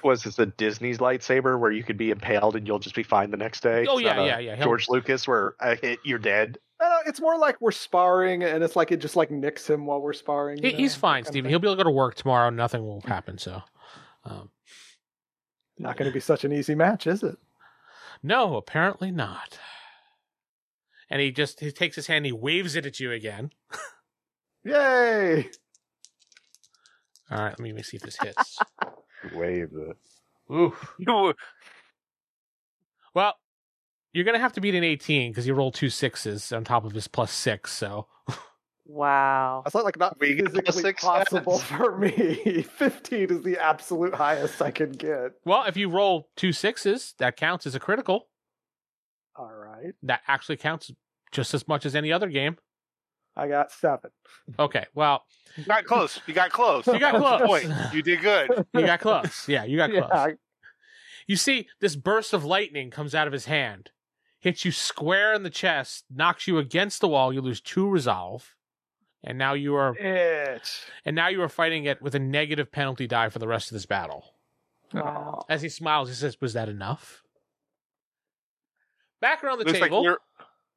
Was this the Disney's lightsaber where you could be impaled and you'll just be fine the next day? oh It's yeah, not a yeah, yeah. He'll- George Lucas where a hit you're dead. I don't, it's more like we're sparring, and it's like it just like nicks him while we're sparring. He, you know, he's that fine, kind of Steven. thing. He'll be able to go to work tomorrow. Nothing will happen. So, um, not going to be such an easy match, is it? no, apparently not. And he just he takes his hand, and he waves it at you again. Yay! All right, let me see if this hits. Wave it. Ooh. Well, you're gonna have to beat an 18 because you rolled two sixes on top of his plus six. So Wow. That's not like not We got physically six possible sets. for me. Fifteen is the absolute highest I can get. Well, if you roll two sixes, that counts as a critical. All right, That actually counts just as much as any other game. I got seven. Okay, well, You got close. You got close. You got That was the close. point. You did good. you got close. Yeah, you got Yeah, close. You see, this burst of lightning comes out of his hand, hits you square in the chest, knocks you against the wall. You lose two resolve, and now you are it. and now you are fighting it with a negative penalty die for the rest of this battle. Wow. As he smiles, he says, "Was that enough?" Back around the looks like table. you're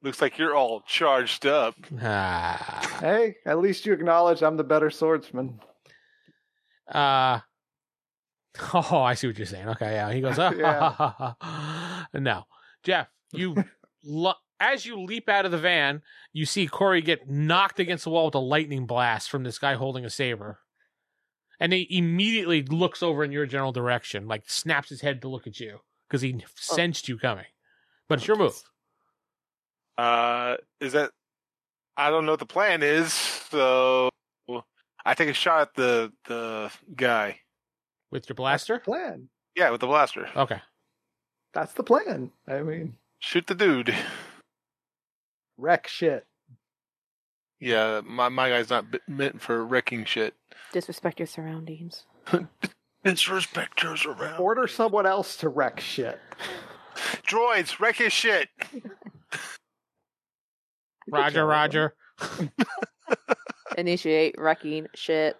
looks like you're all charged up. Ah. Hey, at least you acknowledge I'm the better swordsman. Uh, oh, I see what you're saying. Okay, yeah. He goes, ah, Yeah. ha, ha, ha. no, Jeff, you lo- as you leap out of the van, you see Corey get knocked against the wall with a lightning blast from this guy holding a saber, and he immediately looks over in your general direction, like snaps his head to look at you because he sensed you coming. But it's your move. Uh, is that? I don't know what the plan is. So I take a shot at the the guy. With your blaster? Plan. Yeah, with the blaster. Okay. That's the plan. I mean, Shoot the dude. wreck shit. Yeah, my my guy's not b- meant for wrecking shit. Disrespect your surroundings. Disrespect your around. Order someone else to wreck shit. Droids, wreck his shit. Roger, job. Roger. Initiate wrecking shit.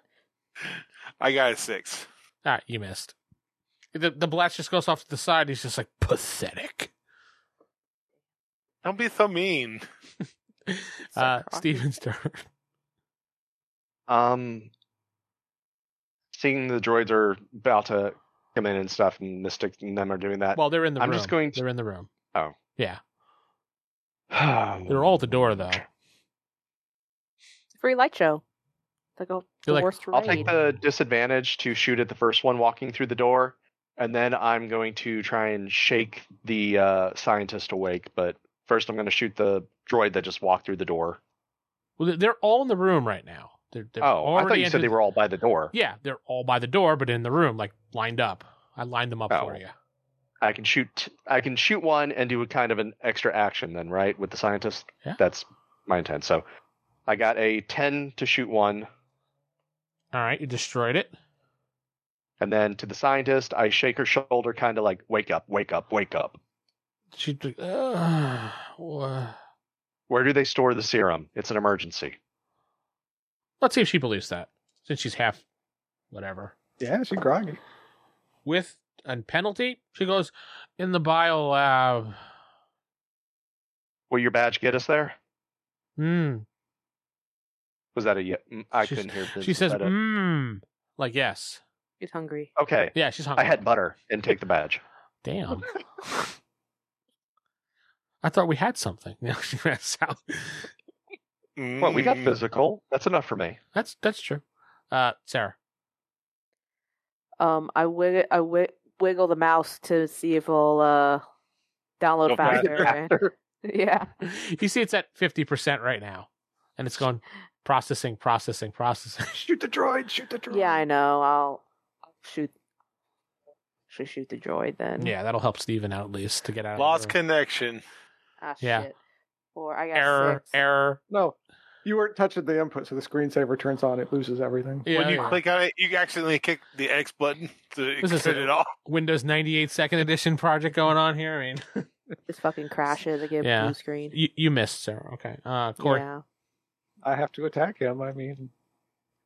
I got a six. All right, you missed. The, the blast just goes off to the side. He's just like, pathetic. Don't be so mean. Uh, Sucker. Steven's turn. Um, seeing the droids are about to come in and stuff, and Mystic and them are doing that. Well, they're in the I'm room. just going to- They're in the room. they're They're all at the door, though. It's a free light show. It's like a the like, worst raid. I'll take the disadvantage to shoot at the first one walking through the door, and then I'm going to try and shake the uh, scientist awake. But first, I'm going to shoot the droid that just walked through the door. Well, they're- they're all in the room right now. They're, they're Oh, I already thought you said entered- they were all by the door. Yeah, they're all by the door, but in the room, like lined up. I lined them up Oh. for you. I can shoot. I can shoot one and do a kind of an extra action then, right? With the scientist. Yeah. That's my intent. So, I got a ten to shoot one, All right, you destroyed it. and then to the scientist, I shake her shoulder, kind of like, "Wake up! Wake up! Wake up!" She, uh, wha- Where do they store the serum? It's an emergency. let's see if she believes that, since she's half, whatever. Yeah, she groggy. with a penalty. She goes in the bio lab. Will your badge get us there? Hmm. Was that a ye- mm, I She's- couldn't hear. This. She says, Is that a- hmm. Like, yes. He's hungry. "Okay." Yeah, she's I hungry. had butter and take the badge. Damn. I thought we had something. No, she ran out. Well, we got Mm. physical. That's enough for me. That's that's true. Uh, Sarah. Um, I wig I wi- wiggle the mouse to see if it'll uh download Go faster. faster. right? Yeah. you see, it's at 50% right now, and it's going processing, processing, processing. Shoot the droid! Shoot the droid! Yeah, I know. I'll, I'll shoot. Should shoot the droid then. yeah, that'll help Steven out at least to get out Lost of the room. connection. Ah, Yeah. shit. Or I got Error, six. error. No, you weren't touching the input, so the screensaver turns on. It loses everything. Yeah, when you yeah. click on it, you accidentally kick the X button to This is cut it. it off. Windows 98 second edition project going on here. I mean, Just fucking crashes. I get a Yeah. blue screen. you, you missed, sir. Okay. Uh, Corey. Yeah. I have to attack him. I mean,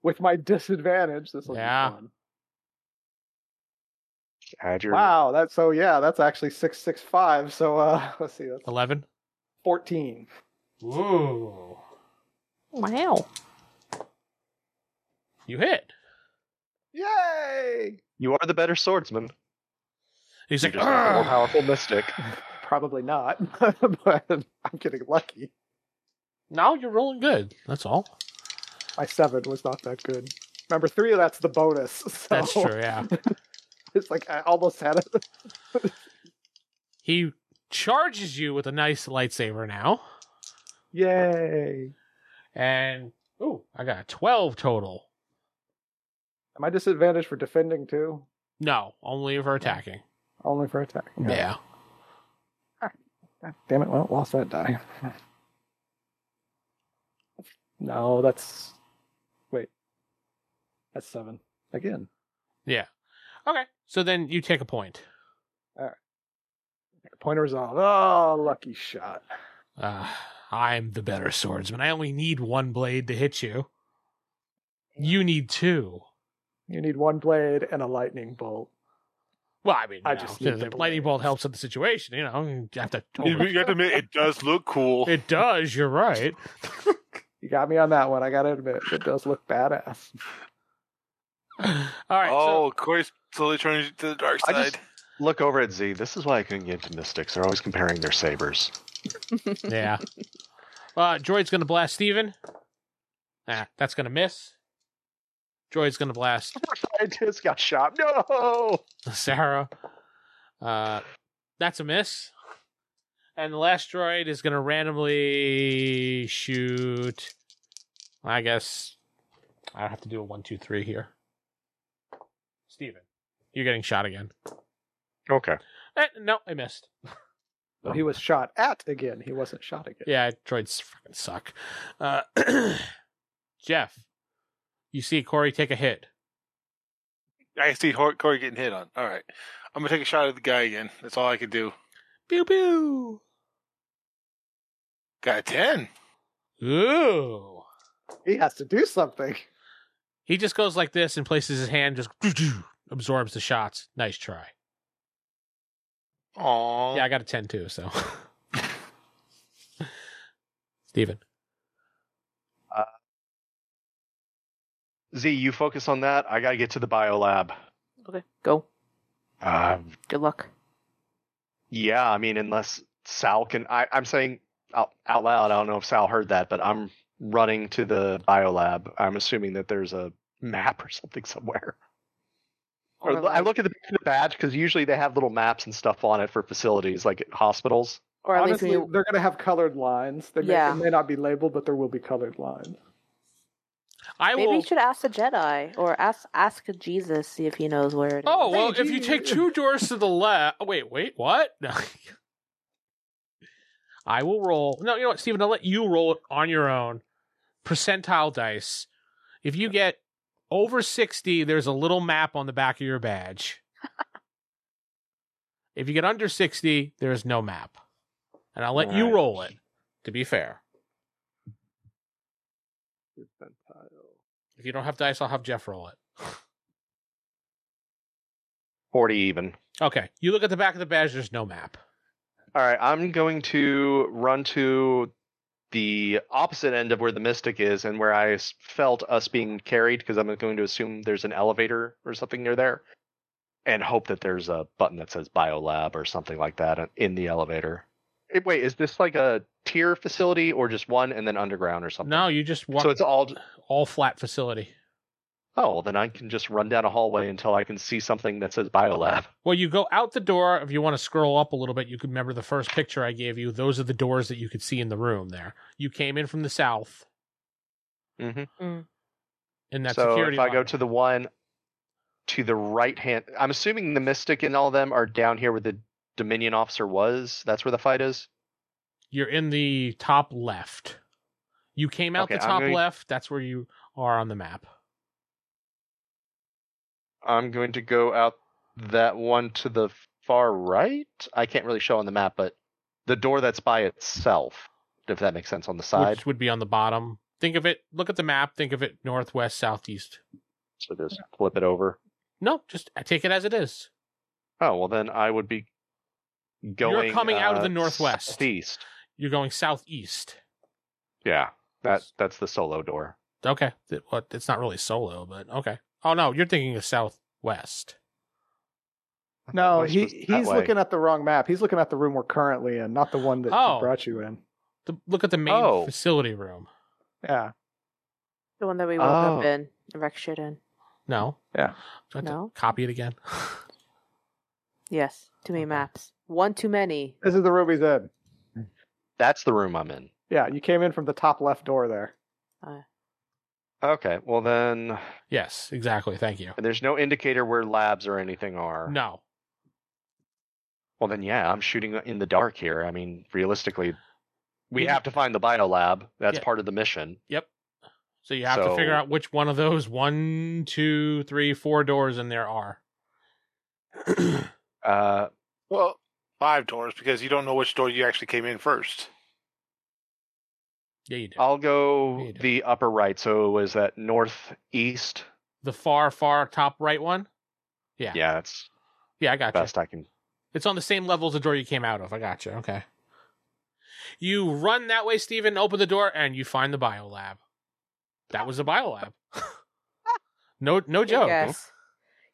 with my disadvantage, this will Yeah. be fun. Add your Wow, that's so. Yeah, that's actually six six five. So uh, let's see, that's 11. fourteen. Whoa. Wow. You hit. Yay! You are the better swordsman. He's You like, "Oh, just are the more "Argh." powerful mystic. Probably not, but I'm getting lucky. now you're rolling good. That's all. My seven was not that good. Remember, three of that's the bonus. So That's Oh. true. Yeah. It's like I almost had it. he charges you with a nice lightsaber now. Yay! And, ooh, I got a 12 total. Am I disadvantaged for defending too? No, only for attacking. Only for attack. Yeah. God damn it! Well, lost that die. No, that's wait. That's seven again. Okay. So then you take a point. Point resolve. Oh, lucky shot. Uh, I'm the better swordsman. I only need one blade to hit you. You need two. You need one blade and a lightning bolt. Well, I mean, I I just just need the the lightning blades. bolt helps with the situation. You know, you have to. You have to admit, it does look cool. It does. You're right. You got me on that one. I gotta admit, it does look badass. All right. so- oh, Corey's slowly turning to the dark I side. just look over at Z. This is why I couldn't get into mystics. They're always comparing their sabers. yeah. Uh, Droid's gonna blast Steven. Nah, that's gonna miss. Droid's gonna blast I just got shot. No. Sarah. Uh, that's a miss. And the last droid is gonna randomly shoot. I guess I have to do a one, two, three here. Steven, you're getting shot again. Okay. Eh, no, I missed. But he was shot at again. He wasn't shot again. Yeah, droids fucking suck. Uh, Jeff, you see Corey take a hit. I see Hor- Corey getting hit on. All right. I'm going to take a shot at the guy again. That's all I can do. Pew pew. Got a 10. Ooh. He has to do something. He just goes like this and places his hand, just absorbs the shots. Nice try. Aww. Yeah, I got a 10 too, so. Steven. Z, you focus on that. I gotta get to the biolab. Okay. Go. Um, Good luck. Yeah, I mean, unless Sal can, I, I'm saying out, out loud. I don't know if Sal heard that, but I'm running to the biolab. I'm assuming that there's a map or something somewhere. Or Or l- I like- look at the, the badge because usually they have little maps and stuff on it for facilities like at hospitals. Or at least Honestly, when you, they're gonna have colored lines. They may, Yeah. it may not be labeled, but there will be colored lines. I maybe will. you should ask the Jedi or ask ask Jesus see if he knows where it is. Oh, well, Hey, if you G- take two doors to the left. Wait, wait, what? No. I will roll. No, you know what, Steven, I'll let you roll it on your own. Percentile dice. If you get over 60, there's a little map on the back of your badge. if you get under 60, there is no map. And I'll let you Alright. roll it, to be fair. If you don't have dice, I'll have Jeff roll it. Forty even. Okay. You look at the back of the badge, there's no map. All right, I'm going to run to the opposite end of where the mystic is and where I s- felt us being carried because I'm going to assume there's an elevator or something near there and hope that there's a button that says biolab or something like that in the elevator. Eh, Wait, is this like a tier facility or just one and then underground or something? No, you just walk So it's all all flat facility. Oh, well, then I can just run down a hallway until I can see something that says biolab. Well, you go out the door. If you want to scroll up a little bit, you can remember the first picture I gave you. Those are the doors that you could see in the room there. You came in from the south Mm-hmm. in that so security if I go line. to the one to the right hand, I'm assuming the Mystic and all of them are down here where the Dominion officer was. That's where the fight is. You're in the top left. You came out Okay, the I'm top gonna- left. That's where you are on the map. I'm going to go out that one to the far right. I can't really show on the map, but the door that's by itself, if that makes sense, on the side. which would be on the bottom. Think of it. Look at the map. Think of it northwest, southeast. So just flip it over. No, just take it as it is. Oh well, then I would be going. coming out of uh, the northwest. east. You're going southeast. Yeah, that that's the solo door. Okay. Th- Well, it's not really solo, but okay. Oh no, you're thinking of southwest. No, Which he was that he's way. looking at the wrong map. He's looking at the room we're currently in, not the one that he Oh. brought you in. The, look at the main Oh. facility room. Yeah. The one that we woke up Oh. in and wrecked shit in. No. Yeah. Do I have to No. Copy it again. Yes, too many Okay. maps. One too many. This is the room he's in. That's the room I'm in. Yeah, you came in from the top left door there. Okay, well then yes, exactly. Thank you. and there's no indicator where labs or anything are. No. Well then yeah, I'm shooting in the dark here. I mean, realistically, we Yeah. have to find the biolab. That's Yeah. part of the mission. So you have to So- figure out which one of those one, two, three, four doors in there are. Uh Well, five doors because you don't know which door you actually came in first. yeah, you do. I'll There go you go. the upper right. So was that northeast? the far, far top right one. Yeah. Yeah, that's Yeah, I got you. best I can. It's on the same level as the door you came out of. I got you. Okay. You run that way, Steven, open the door, and you find the biolab. That was the biolab. no no Good joke. guess.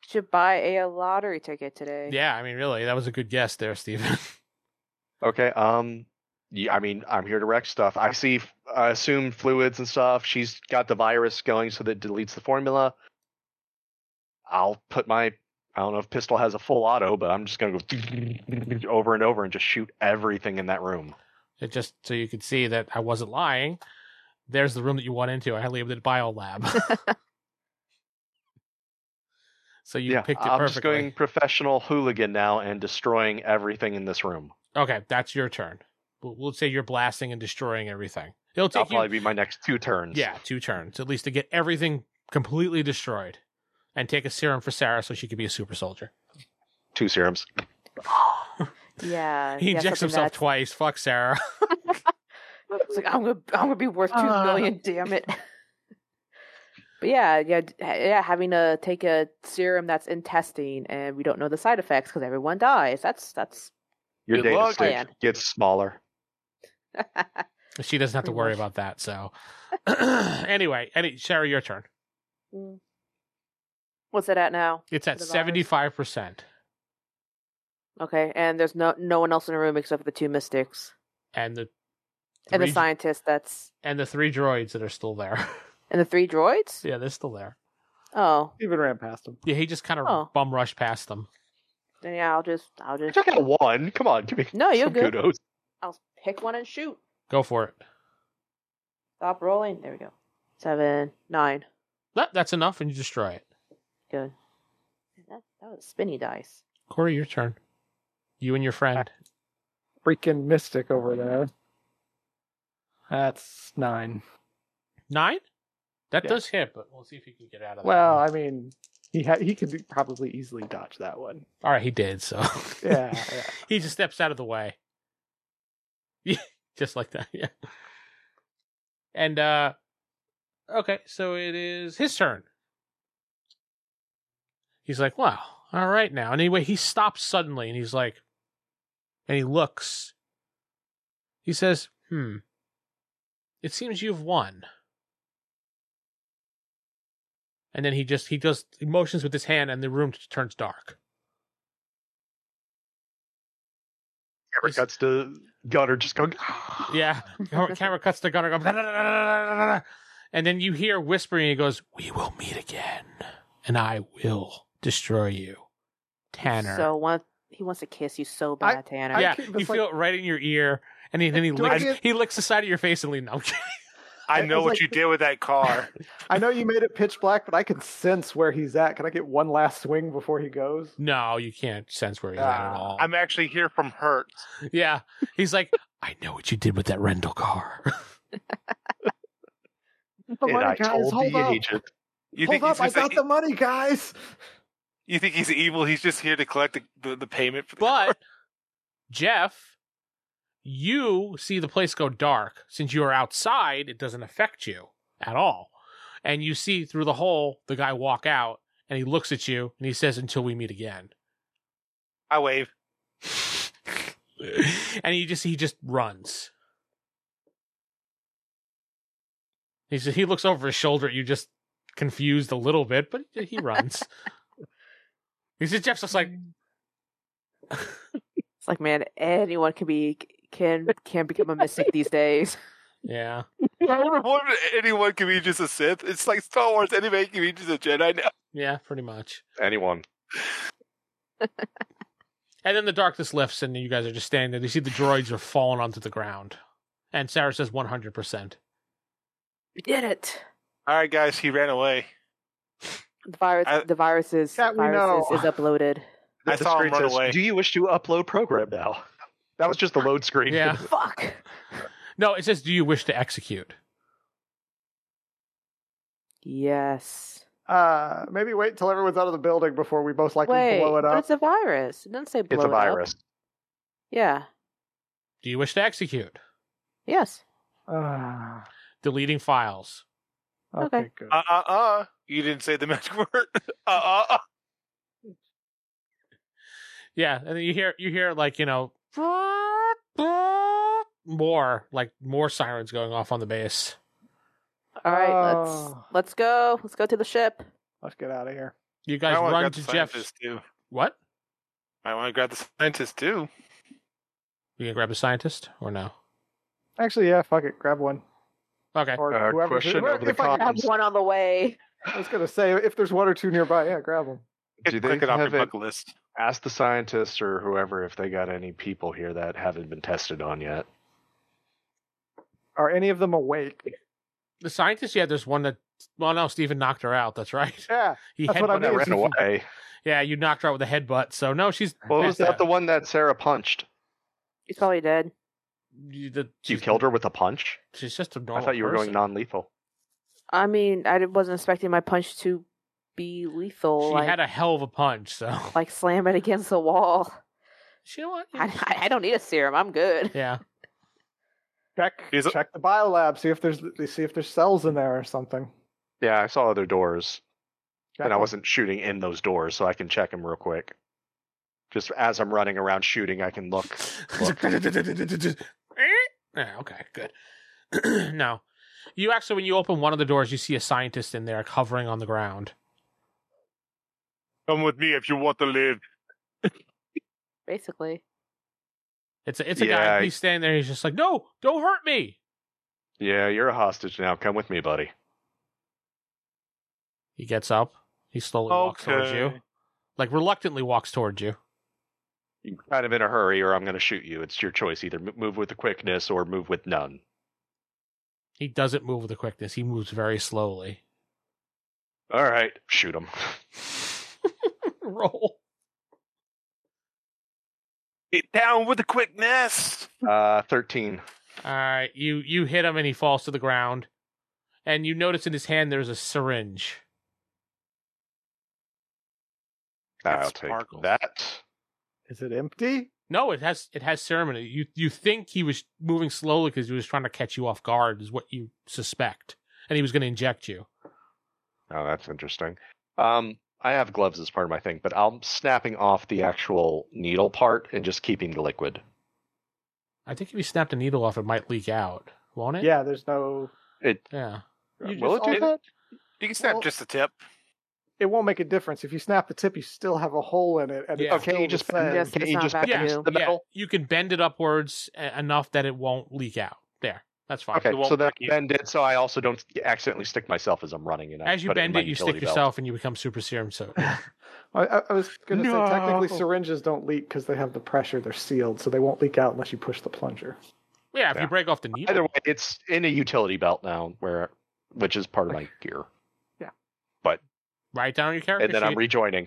You should buy a lottery ticket today. Yeah, I mean, really, that was a good guess there, Steven. Okay. Um. Yeah, I mean, I'm here to wreck stuff. I see. I assume fluids and stuff. She's got the virus going, so that deletes the formula. I'll put my. I don't know if pistol has a full auto, but I'm just gonna go over and over and just shoot everything in that room. it just so you could see that I wasn't lying. There's the room that you went into. I labeled it biolab. so you yeah, picked it I'm perfectly. just going professional hooligan now and destroying everything in this room. Okay, that's your turn. We'll, we'll say you're blasting and destroying everything. It'll That'll take you probably be my next two turns. Yeah, two turns at least to get everything completely destroyed, and take a serum for Sarah so she could be a super soldier. two serums. yeah. He Uh, yeah, injects something himself that's- twice. Fuck Sarah. It's like I'm gonna I'm gonna be worth two million. Ah. Damn it. but yeah, yeah, d- yeah. Having to take a serum that's in testing and we don't know the side effects because everyone dies. That's that's. Your Good data luck. stick Plan. gets smaller. she doesn't have to Pretty worry much. about that. So anyway, any, Sarah, your turn. Mm. What's it at now? It's at The virus. seventy five percent, Okay, and there's no no one else in the room except for the two mystics and the and the three- scientist. That's and the three droids that are still there. and the three droids. yeah, they're still there. Oh, Even ran past him. Yeah, he just kind of Oh. bum rushed past them. then yeah, I'll just I'll I just took out one. Come on, give me no, you're some good. kudos. I'll pick one and shoot. Go for it. Stop rolling. There we go. Seven, nine. That, that's enough, and you destroy it. Good. That, that was spinny dice. Corey, your turn. You and your friend. Freaking mystic over there. That's nine. Nine? That Yeah. does hit, but we'll see if he can get out of that. Well, one. I mean, he ha- he could probably easily dodge that one. All right, he did. So Yeah, yeah. he just steps out of the way, Yeah, just like that. Yeah. And uh, okay, so it is his turn. He's like, "Wow, all right now." And anyway, he stops suddenly, and he's like, and he looks. He says, "Hmm. It seems you've won." And then he just he does he motions with his hand, and the room turns dark. Camera cuts to Gunner just going. Yeah. Camera- Camera cuts to Gunner going, "Da-da-da-da-da-da-da-da," And then you hear whispering. He goes, "We will meet again, and I will destroy you, Tanner." So want he wants to kiss you so bad, Tanner. I yeah, keep- you it's like- feel it right in your ear, and he, then he Do I licks, get- he licks the side of your face and leans. No, I'm kidding. I It know was what like- you did with that car. I know you made it pitch black, but I can sense where he's at. Can I get one last swing before he goes? no, you can't sense where he's at at all. I'm actually here from Hurt. yeah, he's like, I know what you did with that rental car. The and money, I guys, told hold the up. agent, You Hold think up, I he's just- e, got the money, guys. you think he's evil? He's just here to collect the, the, the payment for the But Jeff, you see the place go dark. Since you are outside, it doesn't affect you at all. And you see through the hole the guy walk out and he looks at you and he says, Until we meet again. I wave. and he just he just runs. He just, he looks over his shoulder at you just confused a little bit, but he runs. he says Jeff's just like It's like, man, anyone can be can can become a mystic these days. Yeah. I would have wanted anyone can be just a Sith. It's like Star Wars. Anybody can be just a Jedi now. Yeah, pretty much. anyone. And then the darkness lifts, and you guys are just standing there. You see the droids are falling onto the ground. And Sarah says 100%. We did it. All right, guys. He ran away. The virus, I- the viruses, That we viruses know. is uploaded. The- I the saw him screen run says, away. Do you wish to upload program now? That was just the load screen. Yeah. Fuck. No, it says, Do you wish to execute? Yes. Uh, maybe wait until everyone's out of the building before we most likely Wait, blow it but up. it's a virus. It doesn't say blow it's a it up. virus. Yeah. Do you wish to execute? Yes. Ah, Deleting files. okay, Okay. good. Uh uh uh. You didn't say the magic word. Uh uh uh. Yeah, and then you hear you hear like, you know, more like more sirens going off on the base. All right. Oh. Let's let's go. Let's go to the ship. Let's get out of here. You I guys wanna run grab to the Jeff's. scientist, too. What? I want to grab the scientist too. You gonna grab the scientist or no? Actually, yeah, fuck it, grab one Okay. or Uh, whoever's question whoever- over the if I, comms. One on the way. I was gonna say if there's one or two nearby, yeah, grab them. Do they Click it off your have it- bucket list. Ask the scientists or whoever if they got any people here that haven't been tested on yet. Are any of them awake? The scientist, yeah, there's one that well no, Steven knocked her out, that's right. Yeah, He That's what I headbutted That mean. her. Oh, ran away. Yeah, you knocked her out with a headbutt, so no, she's Well, was past that the one that Sarah punched? He's probably dead. You, the, You she's- killed her with a punch? She's just a normal. I thought you were going person. non-lethal. I mean, I wasn't expecting my punch to be lethal. She like, had a hell of a punch, so like slam it against the wall. she know what? I, I- I don't need a serum. I'm good. Yeah, check Is it- check the biolab. See if there's see if there's cells in there or something. Yeah, I saw other doors, Check and I them. wasn't shooting in those doors, so I can check them real quick. Just as I'm running around shooting, I can look. look. yeah. Okay, good. no, you actually, when you open one of the doors, you see a scientist in there hovering on the ground. Come with me if you want to live. Basically, It's a, it's a Yeah, guy. I- He's standing there. He's just like, no, don't hurt me. Yeah, you're a hostage now. Come with me, buddy. He gets up. He slowly walks towards you, Okay. like reluctantly walks towards you. You're kind of in a hurry, or I'm going to shoot you. It's your choice. Either m- move with the quickness or move with none. He doesn't move with the quickness. He moves very slowly. All right, shoot him. Roll. Get down with the quickness. Uh, 13. All right, Uh, you you hit him and he falls to the ground, and you notice in his hand there's a syringe. I'll That take sparkle. that. Is it empty? No, it has it has ceremony. You you think he was moving slowly because he was trying to catch you off guard, is what you suspect, and he was going to inject you. Oh, that's interesting. Um, I have gloves as part of my thing, but I'm snapping off the actual needle part and just keeping the liquid. I think if you snapped a needle off, it might leak out, won't it? Yeah, there's no. uh, It yeah. You will just it do all- that? You can snap Well- just the tip. It won't make a difference if you snap the tip. You still have a hole in it, and Yeah. it's Okay, still you the just same. Yes, can it's you not just vacuum. bend the metal? You can bend it upwards e- enough that it won't leak out. There, That's fine. Okay, It won't so then wreck I you. bend it so I also don't accidentally stick myself as I'm running. And I as you put in bend my it, you stick utility belt. yourself and you become super serum. So I, I- I was going to say technically No. syringes don't leak because they have the pressure; they're sealed, so they won't leak out unless you push the plunger. yeah, if Yeah. you break off the needle, Either way, it's in a utility belt now, where which is part of my gear, write down your character and then sheet. I'm rejoining.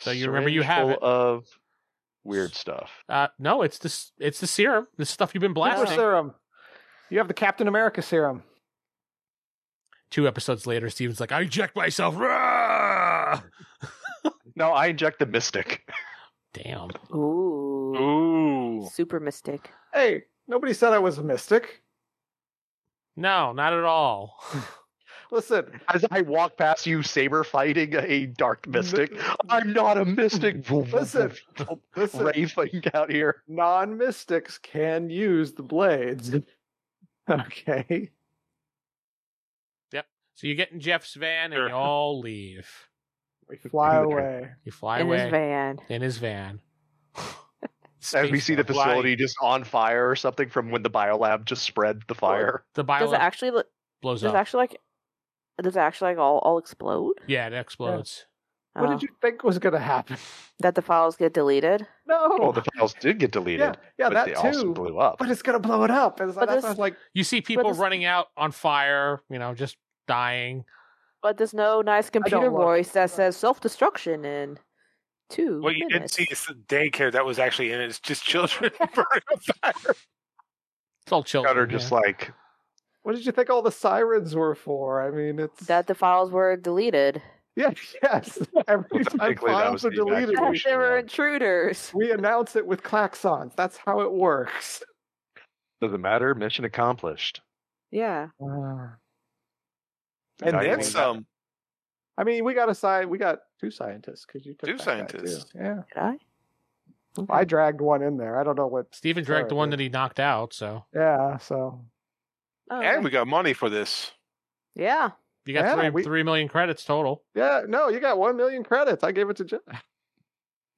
So you remember you have Syringe it. full of weird stuff. uh, no, it's this. It's the serum. The stuff you've been Super blasting. serum. You have the Captain America serum. Two episodes later, Steven's like, "I eject myself." Rah! No, I inject the mystic. Damn. Ooh. Ooh. Super mistake. Hey, nobody said I was a mystic. No, not at all. Listen, As I walk past you, saber fighting a dark mystic. I'm not a mystic. Listen, listen, raving out here. non-mystics can use the blades. okay. so you get in Jeff's van and you all leave. We fly Look at away. You fly in away his van. in his van. As we Space see the van. facility just on fire or something from when the biolab just spread the fire. the Does bio it actually look? blows Does up. it actually like? Does it actually like all all explode? yeah, it explodes. What Oh. did you think was going to happen? that the files get deleted? No. Well, the files did get deleted, yeah, yeah, but that they too. also blew up. But it's going to blow it up. And so But that's this- why I was like, You see people this- running out on fire. You know, just dying. But there's no nice computer look. voice that says self destruction in two What you didn't minutes. see is the daycare that was actually in it. It's just children burning on fire. It's all children. Cutter Oh, yeah. just like what did you think all the sirens were for? I mean, it's That the files were deleted. Yeah, yes. Every Well, time technically, that files was are the deleted, evacuation. we, should there were have. intruders. we announce it with klaxons. That's how it works. doesn't matter. Mission accomplished. Yeah. And I then mean, some. I mean, we got a sci- we got two scientists because you took Two that guy, scientists. too. Yeah, Did I? I dragged one in there. I don't know what. Steven Sorry, dragged the one dude. that he knocked out. So Yeah, so Oh, And okay. we got money for this. yeah. you got Yeah, three we- three million credits total. yeah, no, you got one million credits. I gave it to Jeff.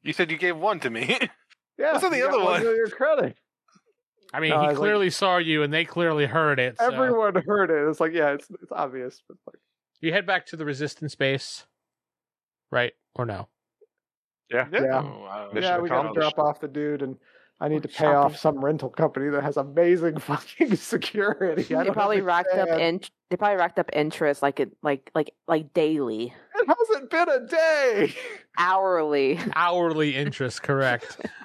You said you gave one to me. Yeah, What's on the you got other one? million credit. I mean, No, I he was like- clearly saw you, and they clearly heard it. so- Everyone heard it. It's like, yeah, it's it's obvious. But like, You head back to the resistance base, right or no? Yeah. Yeah. Oh, I don't know. Mission yeah, we got to accomplished. drop off the dude, and I need to pay Shopping. off some rental company that has amazing fucking security. I They don't probably racked up understand. in they probably racked up interest like it like like like daily. It hasn't been a day. Hourly. Hourly interest, correct?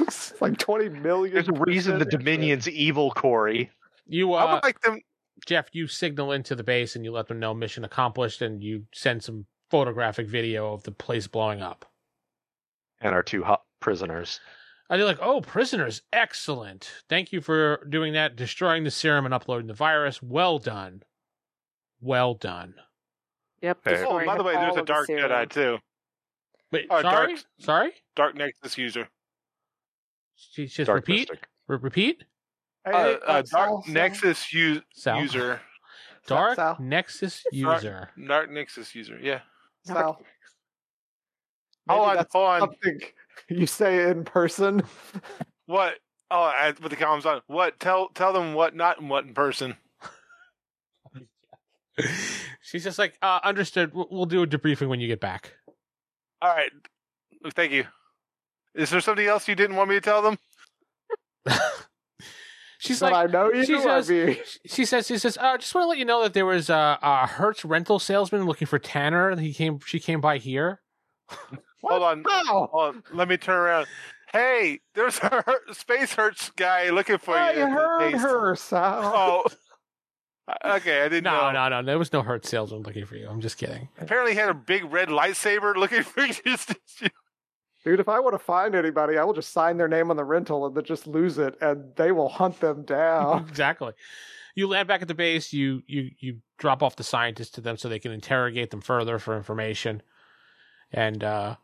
It's like twenty million. There's a reason the percent. Dominion's evil, Corey. You, I uh, would like them. Jeff, you signal into the base and you let them know mission accomplished, and you send some photographic video of the place blowing up. And our two hot prisoners. And you're like, "Oh, prisoners, excellent! Thank you for doing that, destroying the serum and uploading the virus. Well done, well done." Yep. Oh, Okay. destroying by the way, there's all a of the dark cereal. Jedi too. Wait, Oh, sorry, dark- sorry. Dark Nexus user. She just Dark repeat, Mystic. Re- repeat. Hey, Uh, uh, Sal, dark Sal, Nexus u- Sal. user. Sal, Dark Sal, Nexus Dark- user. Dark Nexus user. Yeah. Sal. Maybe Hold on. that's Hold on. something you say in person. What? Oh, I, with the columns on. What? Tell tell them what not and what in person. She's just like, uh, understood. We'll, we'll do a debriefing when you get back. All right. Thank you. Is there something else you didn't want me to tell them? she's that like, I know you. she I says- mean, she says, she says, uh, just want to let you know that there was uh, a Hertz rental salesman looking for Tanner. He came, she came by here. Hold on. Wow. Hold on. Let me turn around. Hey, there's a hurt, space hurts guy looking for I you. at the heard base. her, Sal. Oh. Okay, I didn't No, no, know. no, there was no Hertz salesman looking for you. I'm just kidding. Apparently, he had a big red lightsaber looking for you. Dude, if I want to find anybody, I will just sign their name on the rental and then just lose it, and they will hunt them Oh. down. exactly. You land back at the base. You you you drop off the scientists to them so they can interrogate them further for information. And uh,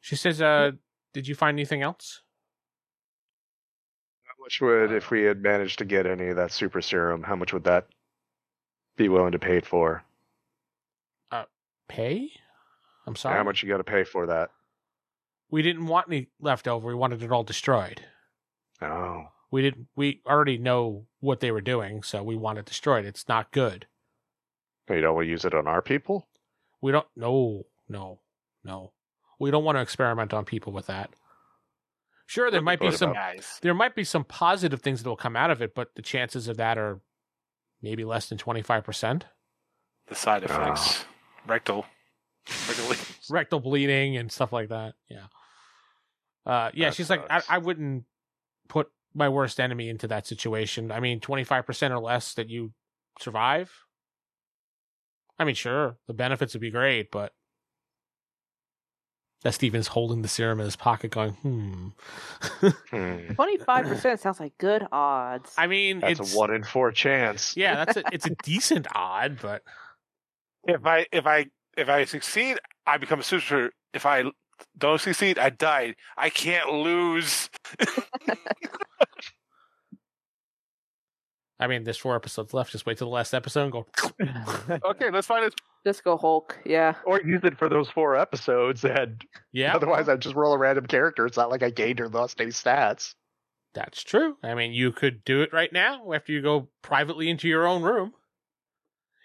she says, uh, "Did you find anything else?" How much would, if we had managed to get any of that super serum, how much would that be willing to pay for? Pay? I'm sorry. How much you got to pay for that? We didn't want any left over. We wanted it all destroyed. Oh. we didn't we already know what they were doing, so we want it destroyed. It's not good. So you don't want to use it on our people? We don't no, no, no. We don't want to experiment on people with that. Sure, there might be What some about- Guys. there might be some positive things that will come out of it, but the chances of that are maybe less than 25%. The side effects. Rectal. Rectal. Rectal bleeding and stuff like that. Yeah. Uh, yeah, That she's like, I, sucks. I wouldn't put my worst enemy into that situation. I mean, 25% or less that you survive. I mean, sure, the benefits would be great, but. That Steven's holding the serum in his pocket, going, hmm. Hmm. Twenty five percent sounds like good odds. I mean, That's it's a one in four chance. yeah, that's a, it's a decent odd, but If I if I if I succeed, I become a super. If I don't succeed, I died. I can't lose. I mean, there's four episodes left. Just wait till the last episode and go. Okay, let's find it. Just go Hulk. Yeah. Or use it for those four episodes that Yeah, otherwise I'd just roll a random character. It's not like I gained or lost any stats. that's true. I mean, you could do it right now after you go privately into your own room.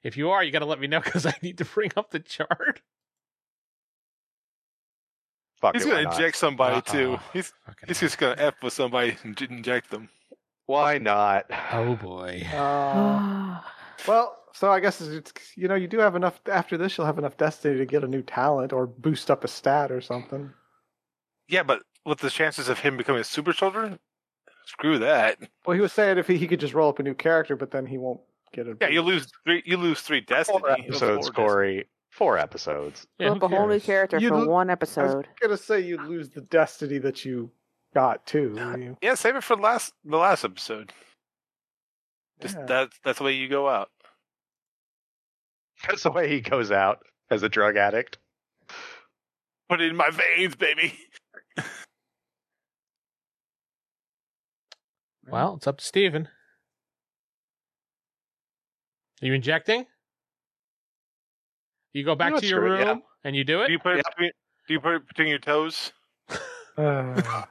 If you are, you got to let me know because I need to bring up the chart. Fuck He's it, why gonna not? inject somebody Uh-uh. too. He's Fucking he's hell. just gonna f with somebody and inject them. Why not? oh boy. Uh, well, so I guess it's, you know you do have enough after this. You'll have enough destiny to get a new talent or boost up a stat or something. Yeah, but with the chances of him becoming a super soldier, screw that. Well, he was saying if he, he could just roll up a new character, but then he won't get it. Yeah, you lose three. You lose three destiny. Four episodes, Four Corey. Four episodes. Yeah, Flip who a whole new cares? character You for l- one I was episode. gonna say you lose the destiny that you got too. You- destiny. Yeah, save it for the last the last episode. Just yeah. that's that's the way you go out. That's the way he goes out as a drug addict. Put it in my veins, baby. Well, it's up to Steven. Are you injecting? You go back Yeah, to your sure, room yeah. and you do Do you it. put it between, Do you put it between your toes? Uh,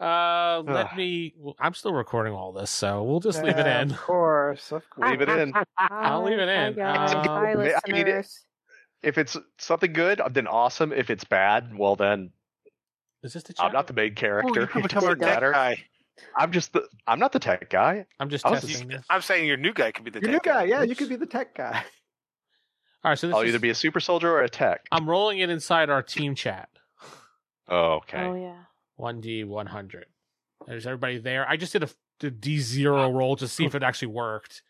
Uh, let Ugh. me. well, I'm still recording all this, so we'll just leave it yeah, in. Of course, of course. Leave it in. I'll leave it in. Hi, guys. Um, Hi, I mean, it- listeners. If it's something good, then awesome. If it's bad, well then Is this the chat? I'm not the main character. could it become doesn't our tech matter. guy. I'm just the I'm not the tech guy. I'm just I was testing this. I'm saying your new guy could be the Your new tech guy, yeah, you Oops. could be the tech guy. All right, so this I'll is, either be a super soldier or a tech. I'm rolling it inside our team chat. Oh, okay. Oh yeah. 1D 100. There's everybody there. I just did a D zero roll to see if it actually worked,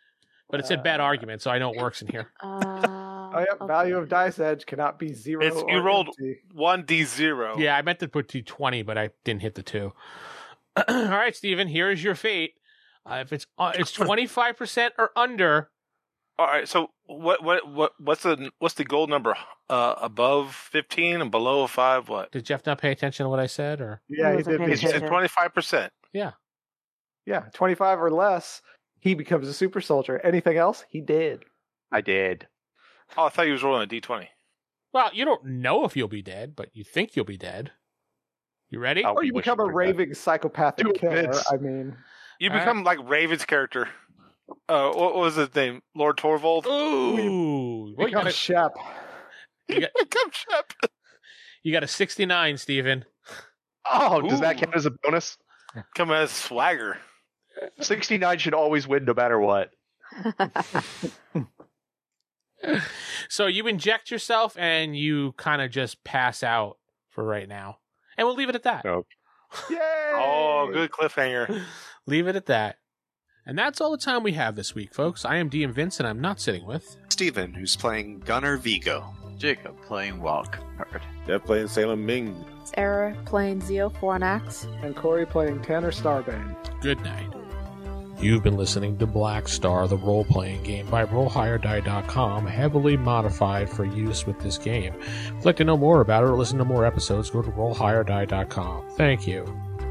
but it said bad Uh, argument, so I know it works in here. Uh, Oh, Um, yeah, okay. value of dice edge cannot be zero. It's- you or rolled- empty. One D zero. Yeah, I meant to put two twenty, but I didn't hit the two. All right, Steven, here is your fate. Uh, if it's uh, it's twenty five percent or under, All right. So what what what what's the what's the goal number? Uh, above fifteen and below a five. What? did Jeff not pay attention to what I said? Or Yeah, he wasn't did. paying he It's did. attention. twenty five percent. Yeah, twenty five or less, he becomes a super soldier. Anything else, he did. I did. Oh, I thought he was rolling a D twenty. well, you don't know if you'll be dead, but you think you'll be dead. You ready? Oh, Or you wish become a would've done that. raving psychopathic Two killer. bits. I mean, You All become like Raven's character. Uh, what was his name? Lord Torvald. Ooh, well, you become got a, Shep. you got- Become Shep. you got a sixty nine, Steven. Oh, does that Ooh. count as a bonus? Come as swagger. 69 should always win no matter what. so you inject yourself and you kind of just pass out for right now. And we'll leave it at that. Oh. Yay! Oh, good cliffhanger. leave it at that. And that's all the time we have this week, folks. I am DM Vince and I'm not sitting with. Steven, who's playing Gunner Vigo. Jacob playing wildcard. They're playing Salem Ming. Sarah playing Zeo for an axe. And Corey playing Tanner Starbane. Good night. You've been listening to Black Star, the role playing game by RollHigherDie.com, heavily modified for use with this game. If you'd like to know more about it or listen to more episodes, go to RollHigherDie.com. Thank you.